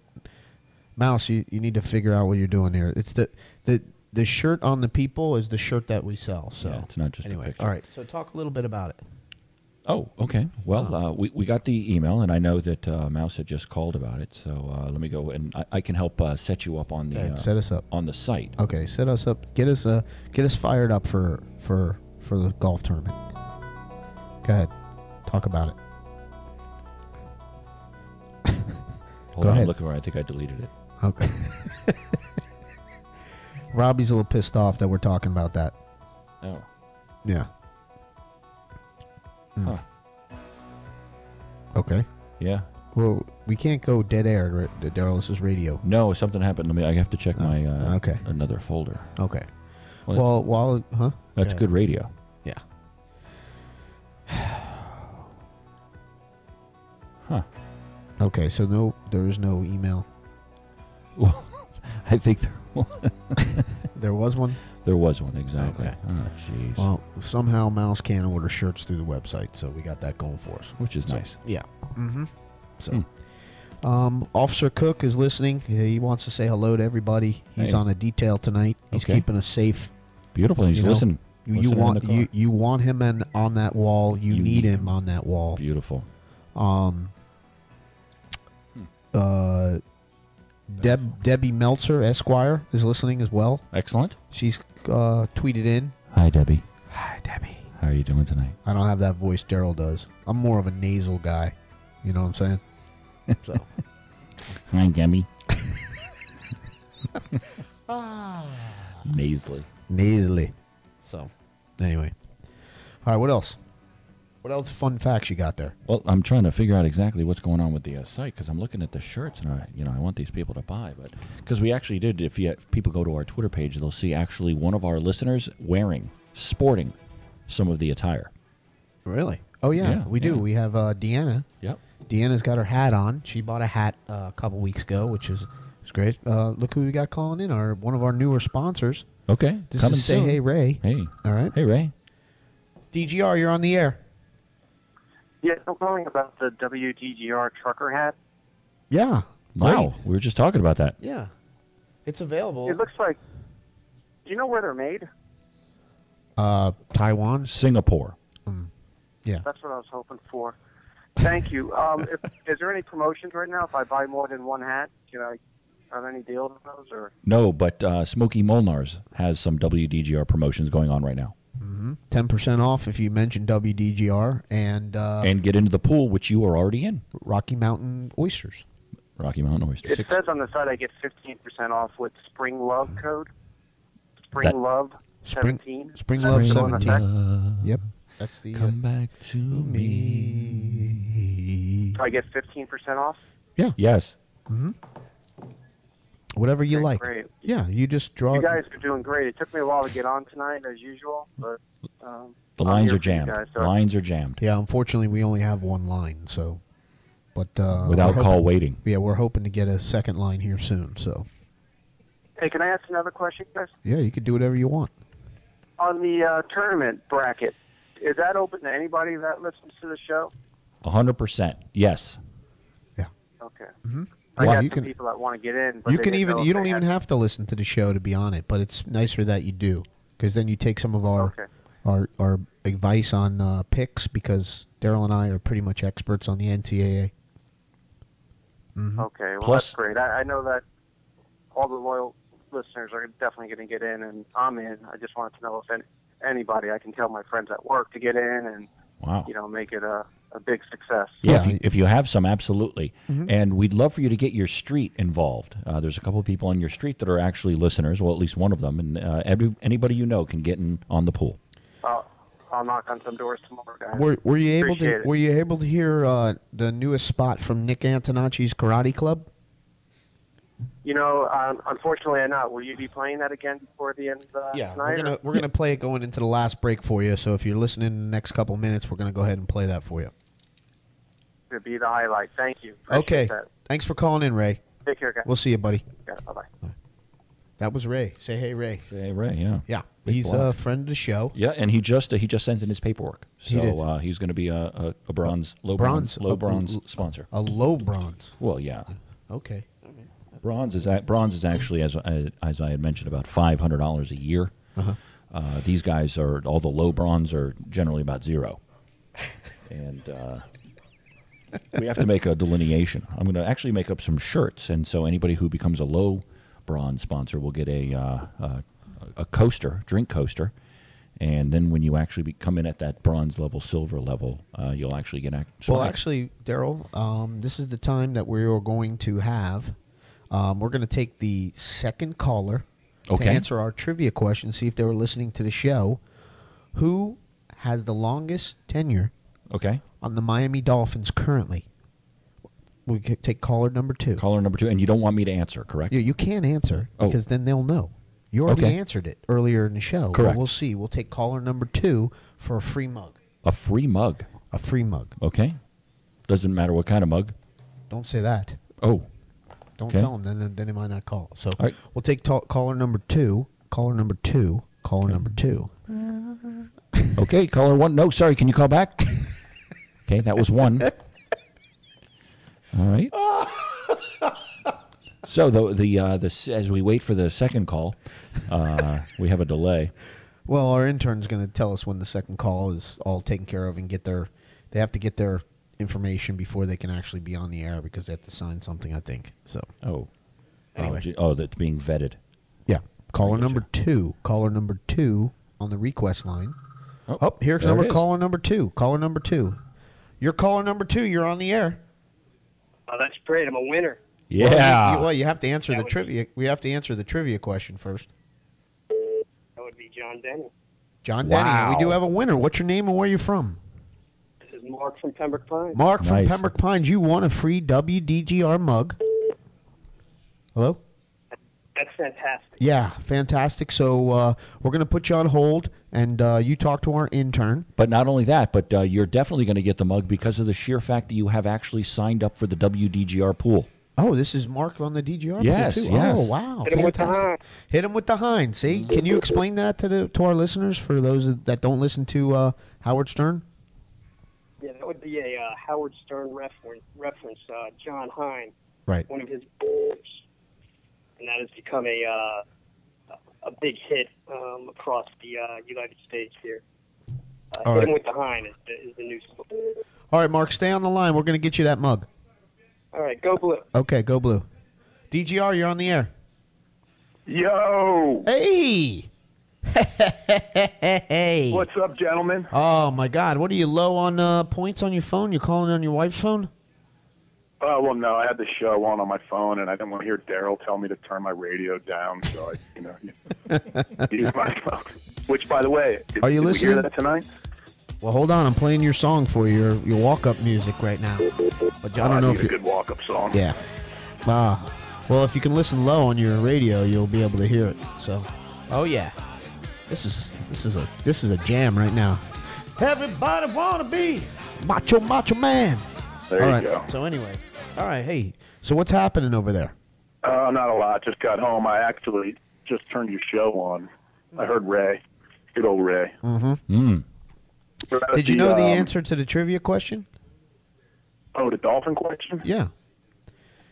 Mouse, you, you need to figure out what you're doing here. It's the the the shirt on the people is the shirt that we sell. So
Yeah, it's not just a
anyway.
picture.
All right. So talk a little bit about it.
Oh, okay. Well, uh, we, we got the email, and I know that uh, Mouse had just called about it. So uh, let me go, and I, I can help uh, set you up on the
Okay,
uh,
set us up.
on the site.
Okay, set us up. Get us uh, get us fired up for for for the golf tournament. Go ahead. Talk about it. <laughs> Go
Hold on, I'm
ahead.
looking for. it. I think I deleted it.
Okay. <laughs> Robbie's a little pissed off that we're talking about that.
Oh,
Yeah. Hmm.
Huh.
Okay.
yeah.
Well, we can't go dead air. to ra- to Daryl, this is radio. Oh,
No, something happened to me. I have to check my uh,
okay.
another folder.
Okay. Well,
Well,
while huh?
that's
Yeah.
good radio.
Yeah.
Huh.
Okay, so no, there is no email.
Well, <laughs> I think there,
<laughs> There was one.
there was one exactly.
Okay.
Oh, jeez.
Well, somehow Mouse can order shirts through the website, so we got that going for us.
Which is
So-
nice. Hmm.
Yeah. Mm-hmm. So, um, Officer Cook is listening. He wants to say hello to everybody. He's
Hey.
on a detail tonight. He's
Okay.
keeping us safe.
Beautiful. He's
You know,
listening.
You, you
Listening in
want
the car.
you, you want him in, on that wall. You,
You
need
need
him on that wall.
Beautiful. Hmm.
Um, uh, Deb Debbie Meltzer Esquire is listening as well.
Excellent.
She's uh, tweeted in.
Hi, Debbie.
Hi, Debbie.
How are you doing tonight?
I don't have that voice Daryl does. I'm more of a nasal guy. You know what I'm saying? So.
<laughs>
<laughs>
Hi, Debbie.
ah.
Nasally.
Nasally. So. Anyway. All right, what else? What else fun facts you got there?
Well, I'm trying to figure out exactly what's going on with the uh, site because I'm looking at the shirts and I, you know, I want these people to buy, but because we actually did, if, you, if people go to our Twitter page, they'll see actually one of our listeners wearing, sporting, some of the attire.
Really? Oh, yeah,
Yeah,
we do.
yeah.
We have uh, Deanna.
Yep.
Deanna's got her hat on. She bought a hat uh, a couple weeks ago, which is, is great. Uh, look who we got calling in. Our One of our newer sponsors.
Okay.
This
coming
is Say
soon.
Hey Ray.
Hey.
All right.
Hey Ray.
DGR, you're on the air.
Yeah, I'm calling about the WDGR trucker hat.
Yeah.
Wow. We were just talking about that.
Yeah. It's available.
It looks like. Do you know where they're made?
Uh, Taiwan.
Singapore.
Yeah.
That's what I was hoping for. Thank you. Um, if, <laughs> is there any promotions right now? If I buy more than one hat, can I have any deals on those? Or
No, but uh, Smokey Molnar's has some WDGR promotions going on right now.
Mm-hmm. Ten percent off if you mention WDGR and uh,
and get into the pool, which you are already in.
Rocky Mountain Oysters.
Rocky Mountain Oysters.
it says on the site I get 15% off with Spring Love code. Spring
That-
Love
Spring-
17.
Spring
Is that
Love
still in
17.
effect?
Yep, that's the. uh,
Come back to me.
Do I get 15% off?
Yes.
hmm Whatever you like.
Great.
Yeah, you just draw.
You guys are doing great. It took me a while to get on tonight, as usual, but um,
The
I'm
lines are
here for you
jammed.
guys, so-
Lines are jammed.
yeah, unfortunately, we only have one line, so. But uh,
Without
we're
call
hoping-
waiting.
Yeah, we're hoping to get a second line here soon. So
Hey, can I ask another question, guys?
yeah, you can do whatever you want.
On the uh, tournament bracket, is that open to anybody that listens to the show?
A hundred percent. Yes.
Okay.
Mhm.
I
Wow,
got
you
some
can-
people that want to get in. But
You
they
can
didn't
even
know if
you
they
don't even
had-
have to listen to the show to be on it, but it's nicer that you do because then you take some of our
Okay.
our our advice on uh, picks because Daryl and I are pretty much experts on the NCAA. Mm-hmm.
Okay, well,
Plus-
that's great. I, I know that all the loyal listeners are definitely going to get in, and I'm in. I just wanted to know if any, anybody I can tell my friends at work to get in and,
Wow.
you know, make it a, a big success.
Yeah, if, you, if you have some, absolutely.
Mm-hmm.
Mhm.
And we'd love for you to get your street involved. Uh, there's a couple of people on your street that are actually listeners, well, at least one of them. And uh, every, anybody you know can get in on the pool.
I'll, I'll knock on some doors tomorrow, guys.
Were were you able
Appreciate
to
it.
were you able to hear uh, the newest spot from Nick Antonacci's Karate Club?
You know, um, unfortunately, I'm not. Will you be playing that again before the end of the
Yeah,
night?
we're gonna we're gonna play it going into the last break for you. So if you're listening in the next couple minutes, we're gonna go ahead and play that for you.
to be the highlight. Thank you.
Okay.
Appreciate That.
Thanks for calling in, Ray.
Take care, guys.
We'll see you, buddy.
Yeah, bye-bye.
That was Ray. Say hey, Ray.
Say hey, Ray. Yeah.
Yeah.
Big
He's
block.
a friend of the show.
Yeah, and he just uh, he just sent in his paperwork,
He
so
did.
uh, he's going to be a, a, a bronze, low bronze,
Bronze,
low
a-
bronze
a-
sponsor.
A low bronze.
Well, yeah,
Okay.
bronze is ac- bronze is actually as I- as I had mentioned about five hundred dollars a year.
Uh-huh.
Uh, these guys are all the low bronze are generally about zero, and uh, we have to make a delineation. I'm going to actually make up some shirts, and so anybody who becomes a low bronze sponsor will get a uh, uh, a coaster, drink coaster, and then when you actually be, come in at that bronze level, silver level, uh, you'll actually get act-
Well,
swag.
actually, Daryl, um, this is the time that we are going to have. Um, we're going to take the second caller
Okay.
to answer our trivia question, see if they were listening to the show. Who has the longest tenure
okay.
on the Miami Dolphins currently? We could take caller number two.
Caller number two, and you don't want me to answer, correct?
Yeah, you can't answer
Oh.
because then they'll know. You already
Okay.
answered it earlier in the show. but
Correct.
We'll see. We'll take caller number two for a free mug.
A free mug.
A free mug.
Okay. Doesn't matter what kind of mug.
Don't say that.
Oh.
Don't
'Kay.
tell them, then then they might not call. So
right.
we'll take ta- caller number two. Caller number two. Caller number two.
Okay, caller one. No, sorry. Can you
<laughs>
call back? okay, that was one. All
<laughs>
right. So the the uh, the s- as we wait for the second call, uh, we have a delay.
Well, our intern's going to tell us when the second call is all taken care of and get their. They have to get their information before they can actually be on the air because they have to sign something. I think so.
Oh.
<laughs> Anyway.
Oh, gee- oh, that's being vetted.
Yeah. Caller number two. Caller number two on the request line.
Oh,
Oh, here's
there it
number
is.
caller number two. Caller number two. You're caller number two. You're on the air.
Oh, that's great. I'm a winner.
Well, you- you- Well, you, have to answer the trivia. We have to answer the trivia question first.
That would be John Denny.
John Denny. We do
Wow.
have a winner. What's your name and where are you from?
This is Mark from Pembroke Pines.
Mark from Pembroke Pines. You won a free WDGR mug. Hello.
That's fantastic.
Yeah, fantastic. So uh, we're gonna put you on hold, and uh, you talk to our intern.
But not only that, but uh, you're definitely going to get the mug because of the sheer fact that you have actually signed up for the WDGR pool.
Oh, this is Mark on the DGR. pool,
Yes,
too.
yes.
Oh, wow.
Hit 'em with the
Fantastic. Hit him with the hind. See, can you explain that to the to our listeners for those that don't listen to uh, Howard Stern?
Yeah, that would be a uh, Howard Stern reference. Reference uh, John Hine,
Right.
one of his, books, and that has become a uh, a big hit um, across the uh, United States here. Uh,
All
Hit
right.
'Em with the Hine is the, is the new. sp-
All right, Mark, stay on the line. We're gonna get you that mug.
All right, go blue.
Okay, go blue. DGR, you're on the air. E.
Yo.
<laughs> Hey. hey.
What's up, gentlemen?
Oh my God! What are you low on uh, points on your phone? You're calling on your wife's phone?
Oh well, no, I had the show on on my phone, and I didn't want to hear Daryl tell me to turn my radio down, so I, you <laughs> know, use my phone. Which, by the way, did,
Are you
did We
listening?
hear that tonight?
Well, hold on. I'm playing your song for your your walk up music right now. But I
Oh,
don't know
need
if
a
you.
good walk-up song.
Yeah. Ah. Well, if you can listen low on your radio, you'll be able to hear it. So. Oh yeah. This is this is a this is a jam right now. Everybody wanna be macho macho man.
There
All
you
right,
go.
So anyway, all right. Hey, so what's happening over there?
Uh, not a lot. Just got home. I actually just turned your show on. I heard Ray. Good old Ray.
Mm-hmm.
Mm.
Did you know the
Hmm. um,
answer to the trivia question?
Oh, the dolphin question.
Yeah.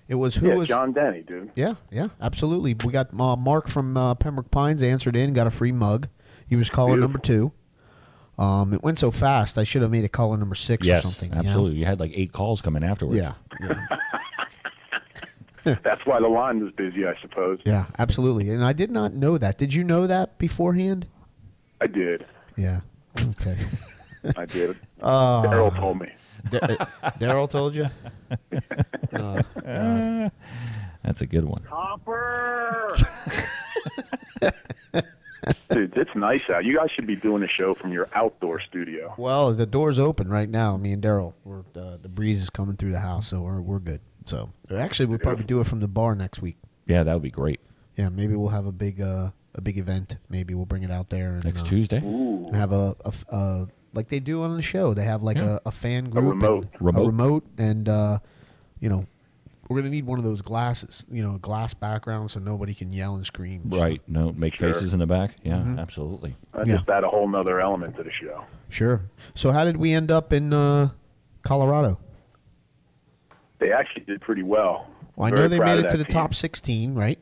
It was who
yeah,
was
John Denny, dude.
Yeah, yeah, absolutely. We got uh, Mark from uh, Pembroke Pines answered in, got a free mug. He was caller number two. Um, it went so fast. I should have made it caller number six
yes,
or something. you know?
absolutely. You had like eight calls coming afterwards.
Yeah,
<laughs>
That's why the line was busy, I suppose.
yeah, absolutely. And I did not know that. Did you know that beforehand?
I did.
Yeah. Okay. <laughs>
I did.
Uh,
Daryl told me.
D- uh, Daryl told
<laughs>
you. Oh, God.
<laughs> That's a good one.
Copper. Dude, it's nice out. You guys should be doing a show from your outdoor studio.
Well, the door's open right now. Me and Daryl, we're uh, the breeze is coming through the house, so we're we're good. So or actually, we'll probably do it from the bar next week.
Yeah, that would be great.
Yeah, maybe we'll have a big uh, a big event. Maybe we'll bring it out there and,
Next
uh,
Tuesday?
and have a, a f- a- like they do on the show. They have like
Yeah.
a, a fan
A
group, and
remote. Remote.
a remote, and uh, you know, we're gonna need one of those glasses, you know, glass background, so nobody can yell and scream.
Right. No, make
Sure.
faces in the back. Yeah,
Mhm.
absolutely.
I
Yeah.
just add a whole nother element to the show.
Sure. So how did we end up in uh, Colorado?
They actually did pretty well.
Well, I
Very
know they
proud
made
of
it to
that
the
team.
top sixteen, right?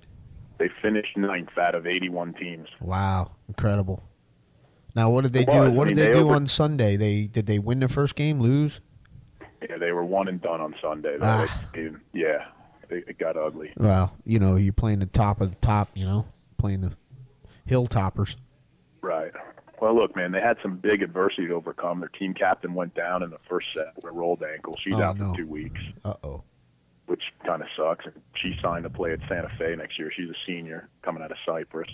They finished ninth out of 81 teams.
Wow, incredible! Now, what did they
It was.
do? What
I
did
mean,
they,
they
do
over-
on Sunday? They did they win their first game, lose?
Yeah, they were one and done on Sunday. They-
Ah.
they- yeah, it, it got ugly.
Well, you know, you're playing the top of the top. You know, playing the hilltoppers.
Right. Well, look, man, they had some big adversity to overcome. Their team captain went down in the first set with a rolled ankle. She's
Oh,
out
no.
for two weeks,
Uh oh.
which kind of sucks. And she signed to play at Santa Fe next year. She's a senior coming out of Cyprus.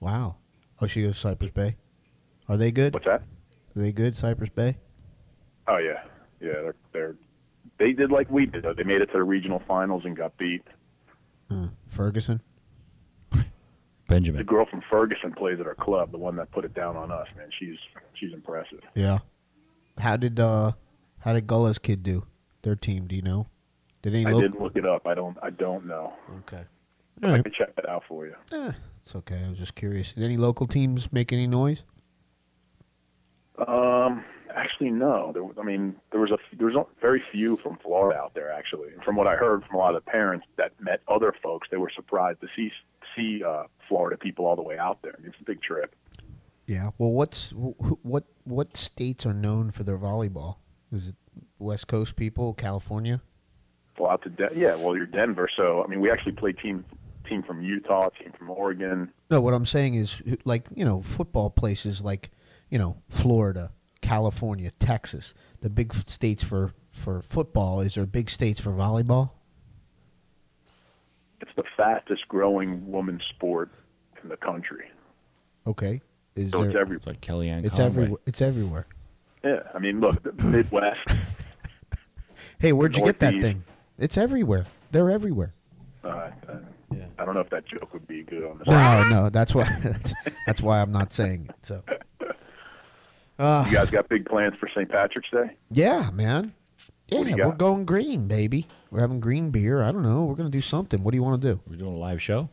Wow. Oh, she goes to Cypress Bay. Are they good?
What's that?
Are they good, Cypress Bay?
Oh yeah, yeah. They're they're they did like we did. though. They made it to the regional finals and got beat.
Uh, Ferguson.
The
Benjamin.
girl from Ferguson plays at our club. The one that put it down on us, man. She's she's impressive.
Yeah. How did uh how did Gulla's kid do? Their team, do you know? Did any
I
local?
didn't look it up. I don't I don't know.
Okay.
I could check that out for you.
Eh, it's okay. I was just curious. Did any local teams make any noise?
Um, actually, no. There, was- I mean, there was a there was a- very few from Florida out there. Actually, And from what I heard from a lot of the parents that met other folks, they were surprised to see see uh, Florida people all the way out there. I mean, it's a big trip.
Yeah. Well, what's wh- what what states are known for their volleyball? Is it West Coast people, California?
Well, out to De- yeah. Well, you're Denver, so I mean, we actually played team team from Utah, team from Oregon.
No, what I'm saying is like, you know, football places like, you know, Florida, California, Texas, the big f- states for for football, is there big states for volleyball?
It's the fastest growing women's sport in the country.
Okay. Is
So it's
there
every- It's
like Kellyanne
It's
Conway.
everywhere. It's everywhere.
Yeah, I mean, look, the Midwest.
Hey, where'd you get that
Northeast.
thing? It's everywhere. They're everywhere.
Uh, uh, I don't know if that joke would be good on this.
No, no, that's why <laughs> that's, that's why I'm not saying it.
<laughs>
So, uh,
You guys got big plans for St. Patrick's Day?
yeah, man, yeah,
What do you
we're
got?
going green, baby. We're having green beer. I don't know. We're gonna do something. What do you want to do?
We're doing a live show.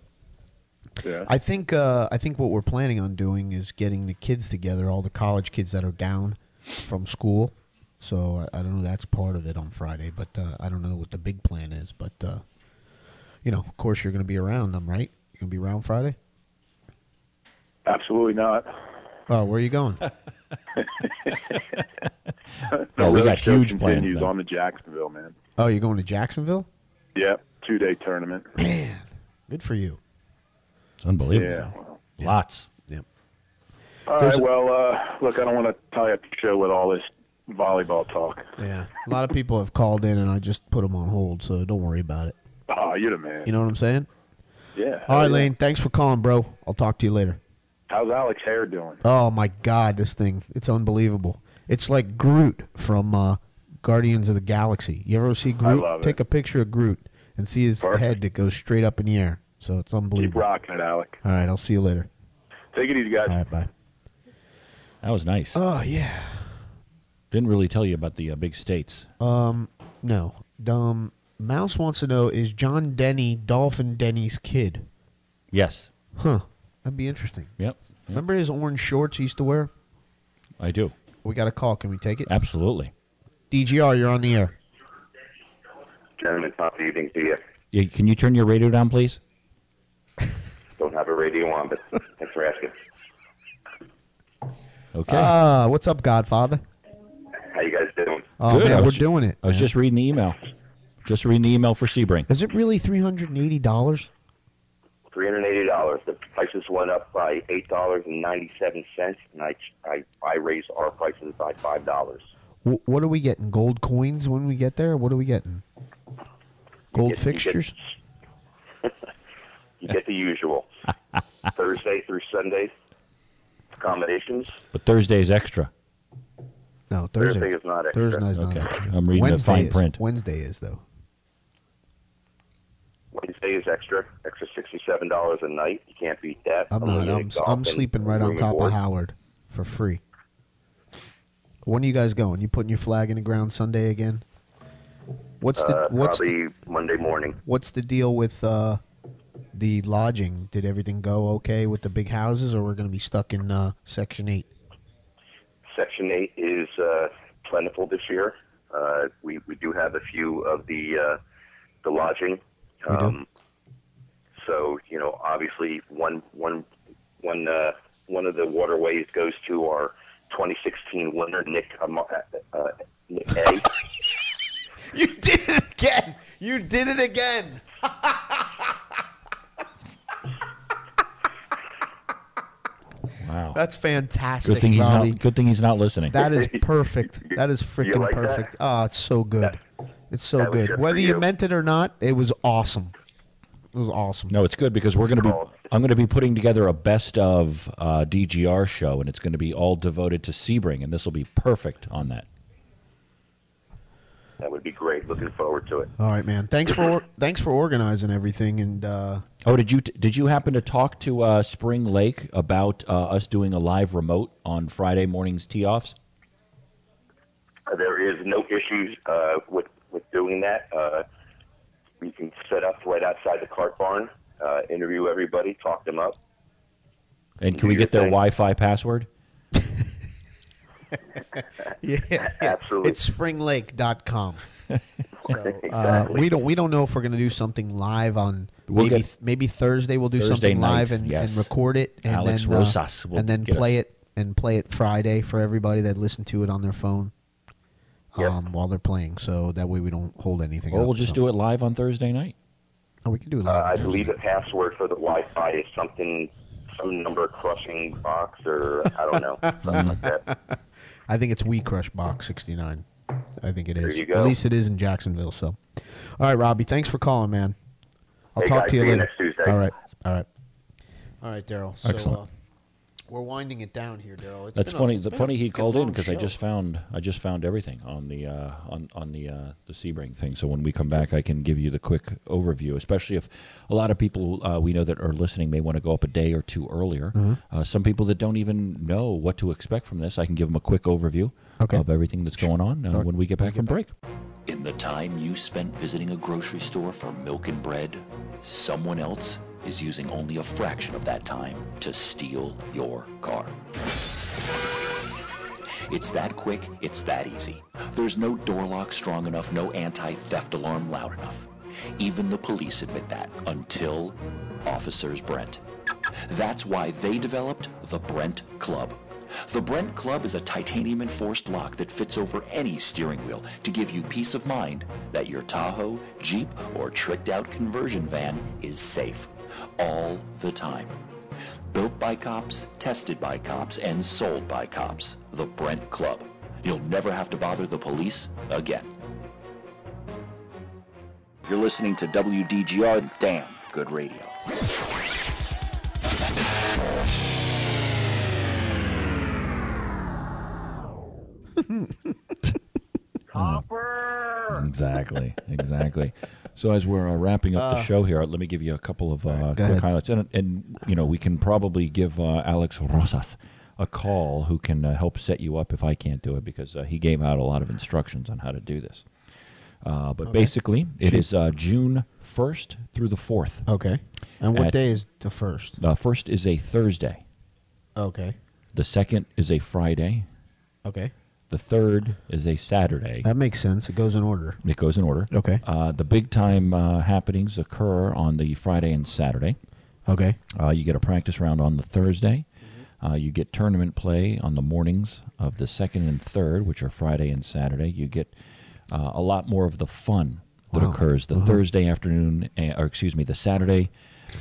Yeah.
I think uh, I think what we're planning on doing is getting the kids together, all the college kids that are down from school. So I, I don't know. That's part of it on Friday, but uh, I don't know what the big plan is. But uh, you know, of course, you're going to be around them, right? You're going to be around Friday.
Absolutely not.
Oh, where are you
<laughs>
going?
No, we
road
got
show
huge plans,
continues
though.
on the Jacksonville, man.
oh, you're going to Jacksonville?
Yep, two day tournament.
Good for you.
It's unbelievable.
Yeah.
Lots.
Yep.
All right.
There's a-
well, uh, look, I don't want to tie up the show with all this volleyball talk.
Yeah. A lot of people have called in, and I just put them on hold, so don't worry about it.
Oh, you're the man.
You know what I'm saying?
yeah.
All right,
Yeah.
Lane. Thanks for calling, bro. I'll talk to you later.
How's Alex Hare doing?
Oh my God, this thing—it's unbelievable. It's like Groot from uh, Guardians of the Galaxy. You ever see Groot?
love it.
Take a picture of Groot and see his head that goes straight up in the air. So it's
Keep
unbelievable.
rocking it, Alec.
All right, I'll see you later.
Take it easy, guys.
All right, bye.
That was nice.
Oh yeah.
Didn't really tell you about the uh, big states.
Um, no. Um, Mouse wants to know: Is John Denny Dolphin Denny's kid?
Yes.
Huh. That'd be interesting.
Yep. yep.
Remember his orange shorts he used to wear?
I do.
We got a call. Can we take it?
Absolutely.
DGR, you're on the air.
Gentlemen, top of the evening to you.
Yeah, can you turn your radio down, please?
Don't have a radio on, but thanks for asking.
Okay.
Ah, what's up, Godfather?
How you guys doing?
Oh, man,
I
we're
was ju-
doing it,
I was
man.
just reading the email. Just reading the email for Sebring.
Is it really three hundred and eighty dollars?
Three hundred eighty dollars. The prices went up by eight dollars and ninety-seven cents, and I, I I raised our prices by five dollars.
W- what are we getting? Gold coins when we get there? What are we getting? Gold fixtures?
You get the usual Thursday through Sunday accommodations.
But Thursday's extra.
no, Thursday.
Thursday is not extra.
Thursday is not
Okay.
extra.
I'm reading the
Wednesday
fine
is.
print.
Wednesday is though.
Wednesday is extra, extra sixty-seven dollars a night. You can't beat that.
I'm not.
Unlimited
I'm,
golf
I'm
and
sleeping right
room
on
and
top
board.
of Howard for free. When are you guys going? You putting your flag in the ground Sunday again? What's the
uh,
what's the-
probably Monday morning.
What's the deal with uh, the lodging? Did everything go okay with the big houses, or we're going to be stuck in uh, Section Eight?
Section 8 is uh, plentiful this year. Uh, we, we do have a few of the, uh, the lodging. Um, so, you know, obviously one, one, one, uh, one of the waterways goes to our 2016 winner, Nick, Am- uh, uh, Nick A.
You did it again. You did it again. <laughs>
Wow.
That's fantastic,
Good thing he's
Robbie.
not. Good thing he's not listening.
That is perfect. That is
You
freaking
like that?
perfect. Oh, it's so good. it's so
that was
good.
just
Whether
for
you.
you.
meant it or not, it was awesome. It was awesome.
No, it's good because we're going to be.
Oh.
I'm going to be putting together a best of uh, DGR show, and it's going to be all devoted to Sebring, and this will be perfect on that.
That would be great. Looking forward to it.
All right, man. Thanks for thanks for organizing everything. And uh,
Oh, did you did you happen to talk to uh, Spring Lake about uh, us doing a live remote on Friday mornings tee offs?
Uh, There is no issues uh, with with doing that. Uh, we can set up right outside the cart barn, uh, interview everybody, talk them up.
And can we get their Wi-Fi password?
yeah, <laughs> absolutely. It's
<laughs>
springlake.com. So, uh,
Exactly.
we don't we don't know if we're going to do something live on
We'll
maybe
get-
maybe Thursday we'll do
Thursday
something
night,
live and,
yes.
and record it and
Alex
then uh,
Rosas will
and then
get
play
us.
it and play it Friday for everybody that listened to it on their phone um, while they're playing so that way we don't hold anything
Or
up,
we'll just
so.
do it live on Thursday night.
Oh, we can do it
Uh,
live.
I believe the password for the Wi-Fi is something, some number crushing box, or I don't know, <laughs> something like that.
<laughs> I think it's We Crush Box 69. I think it is.
There you go.
At least it is in Jacksonville. So, all right, Robbie, thanks for calling, man. I'll
Hey,
talk
guys,
to you
see you
later.
next Tuesday.
All right, all right, all right, Daryl. So,
Excellent.
uh, we're winding it down here, Daryl. It's
That's
been a-
funny.
it's
The
been a
funny he
freaking
called in
long
because I
show.
just found I just found everything on the uh, on on the uh, the Sebring thing. So when we come back, I can give you the quick overview. Especially if a lot of people uh, we know that are listening may want to go up a day or two earlier.
Mhm.
Uh, some people that don't even know what to expect from this, I can give them a quick overview
Okay.
of everything that's going on uh,
All right.
when we get back from break.
In the time you spent visiting a grocery store for milk and bread, someone else is using only a fraction of that time to steal your car. It's that quick, it's that easy. There's no door lock strong enough, no anti theft alarm loud enough. Even the police admit that until Officers Brent. That's why they developed the Brent Club. The Brent Club is a titanium enforced lock that fits over any steering wheel to give you peace of mind that your Tahoe, Jeep, or tricked out conversion van is safe all the time. Built by cops, tested by cops, and sold by cops. The Brent Club. You'll never have to bother the police again. You're listening to WDGR. Damn good radio.
Copper. Mm. Exactly, exactly. so as we're uh, wrapping up the
Uh.
show here, let me give you a couple of uh, quick
ahead.
highlights, and, and you know we can probably give uh, Alex Rosas a call who can uh, help set you up if I can't do it because uh, he gave out a lot of instructions on how to do this. Uh, but
Okay.
basically, it
Shoot.
is uh, June first through the fourth.
Okay. And what
At-
day is the first?
The first is a Thursday.
Okay.
The second is a Friday.
Okay.
The third is a Saturday.
That makes sense. It goes in order.
It goes in order.
Okay.
Uh, the big time uh, happenings occur on the Friday and Saturday.
Okay. Mm-hmm.
Uh, you get a practice round on the Thursday. Uh, you get tournament play on the mornings of the second and third, which are Friday and Saturday. You get uh, a lot more of the fun that
Wow.
occurs the
Uh-huh.
Thursday afternoon, eh, or excuse me, the Saturday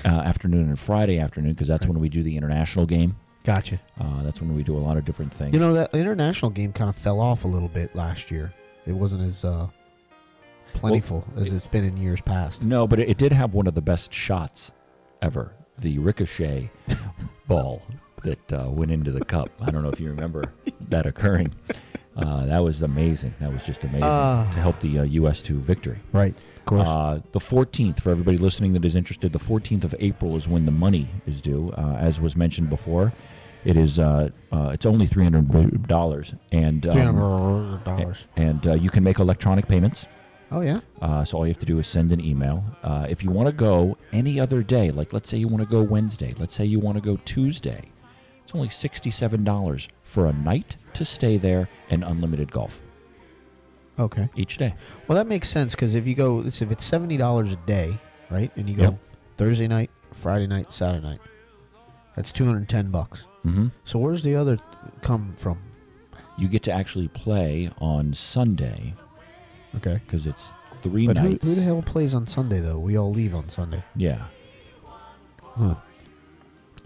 uh, afternoon and Friday afternoon, because that's when we do the international game.
Gotcha.
Uh, that's when we do a lot of different things.
You know that international game kind of fell off a little bit last year. It wasn't as uh, plentiful as it's been in years past.
No, but it, it did have one of the best shots ever. The
<laughs>
ricochet ball that uh, went into the cup. I don't know if you remember that occurring. Uh, that was amazing. That was just amazing
Ah.
to help the uh, U.S. to victory.
Right, of course.
Uh, the 14th, for everybody listening that is interested, the 14th of April is when the money is due. Uh, as was mentioned before, It is. Uh, uh, it's only three hundred dollars, and um,
$300.
and uh, you can make electronic payments.
Oh, yeah?
Uh, so all you have to do is send an email. Uh, if you want to go any other day, like let's say you want to go Wednesday, let's say you want to go Tuesday, it's only sixty-seven dollars for a night to stay there and unlimited golf
Okay.
each day.
Well, that makes sense because if you go, it's- if it's seventy dollars a day, right, and you go
Yep.
Thursday night, Friday night, Saturday night, that's two hundred ten bucks.
Mhm.
So where's the other come from?
You get to actually play on Sunday.
Okay.
Because it's three
but who,
nights.
who the hell plays on Sunday though? We all leave on Sunday.
Yeah.
Huh.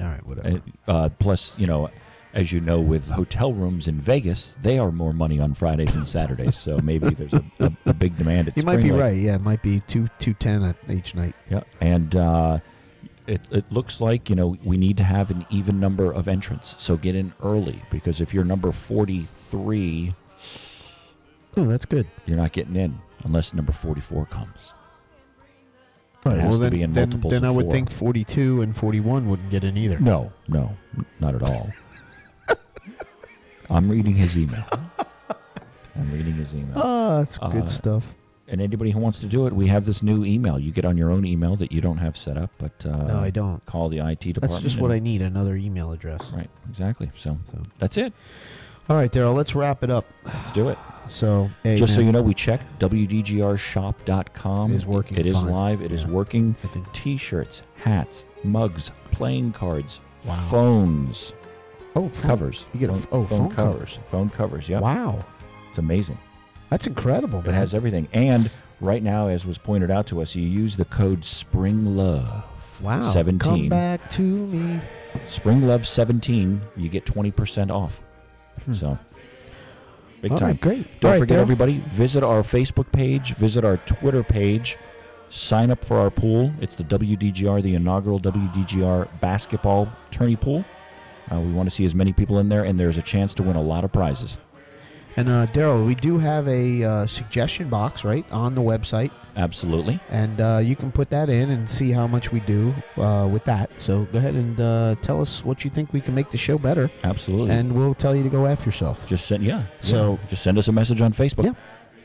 All right, whatever.
Uh, plus, you know, as you know, with hotel rooms in Vegas, they are more money on Fridays and Saturdays. so maybe there's a, a, a big demand. At
you might be
Spring Lake.
right. Yeah, it might be two two ten at each night.
Yeah, and uh, it, it looks like you know we need to have an even number of entrants. So get in early because if you're number forty-three,
oh, that's good.
You're not getting in unless number forty-four comes.
Right.
It has
well,
to
then,
be in
then,
multiples
then
of
I would
four.
think forty two and forty one wouldn't get in either.
No, no, not at all. I'm reading his email. I'm reading his email.
Ah, that's good
Uh,
stuff.
And anybody who wants to do it, we have this new email. You get on your own email that you don't have set up, but uh,
No, I don't.
Call the IT department.
That's just what
and-
I need. Another email address.
Right. Exactly. So, that's it.
All right, Daryl. Let's wrap it up.
Let's do it.
So hey,
Just so
man.
you know, we checked wdgrshop.com.
It is working
It is
fine.
live. It is
Yeah.
working. T-shirts, hats, mugs, playing cards,
Wow.
phones.
Oh, phone-
covers.
you get a
phone,
f- oh, phone
covers.
covers.
Phone covers. Yeah.
Wow.
It's amazing.
That's incredible.
It
man.
has everything. And right now, as was pointed out to us, you use the code SPRINGLOVE.
Wow. Come
17.
back to me.
Spring Love 17, you get 20% off. So, big
Hmm. All
time.
right, great.
Don't
All right,
forget,
Daryl.
everybody, visit our Facebook page, visit our Twitter page, sign up for our pool. It's the WDGR, the inaugural WDGR basketball tourney pool. Uh, we want to see as many people in there, and there's a chance to win a lot of prizes.
And uh, Daryl, we do have a uh, suggestion box right on the website,
Absolutely.
and uh, you can put that in and see how much we do uh, with that. So go ahead and uh, tell us what you think we can make the show better,
Absolutely.
and we'll tell you to go after yourself.
just send, yeah. yeah.
So-
just send us a message on Facebook. Yeah.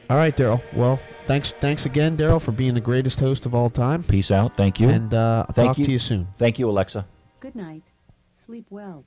All right, Daryl. Well, thanks, thanks again, Daryl, for being the greatest host of all time.
Peace out. Thank you.
And uh, I'll talk
Thank
to you soon.
Thank you, Alexa.
Good night. Sleep well.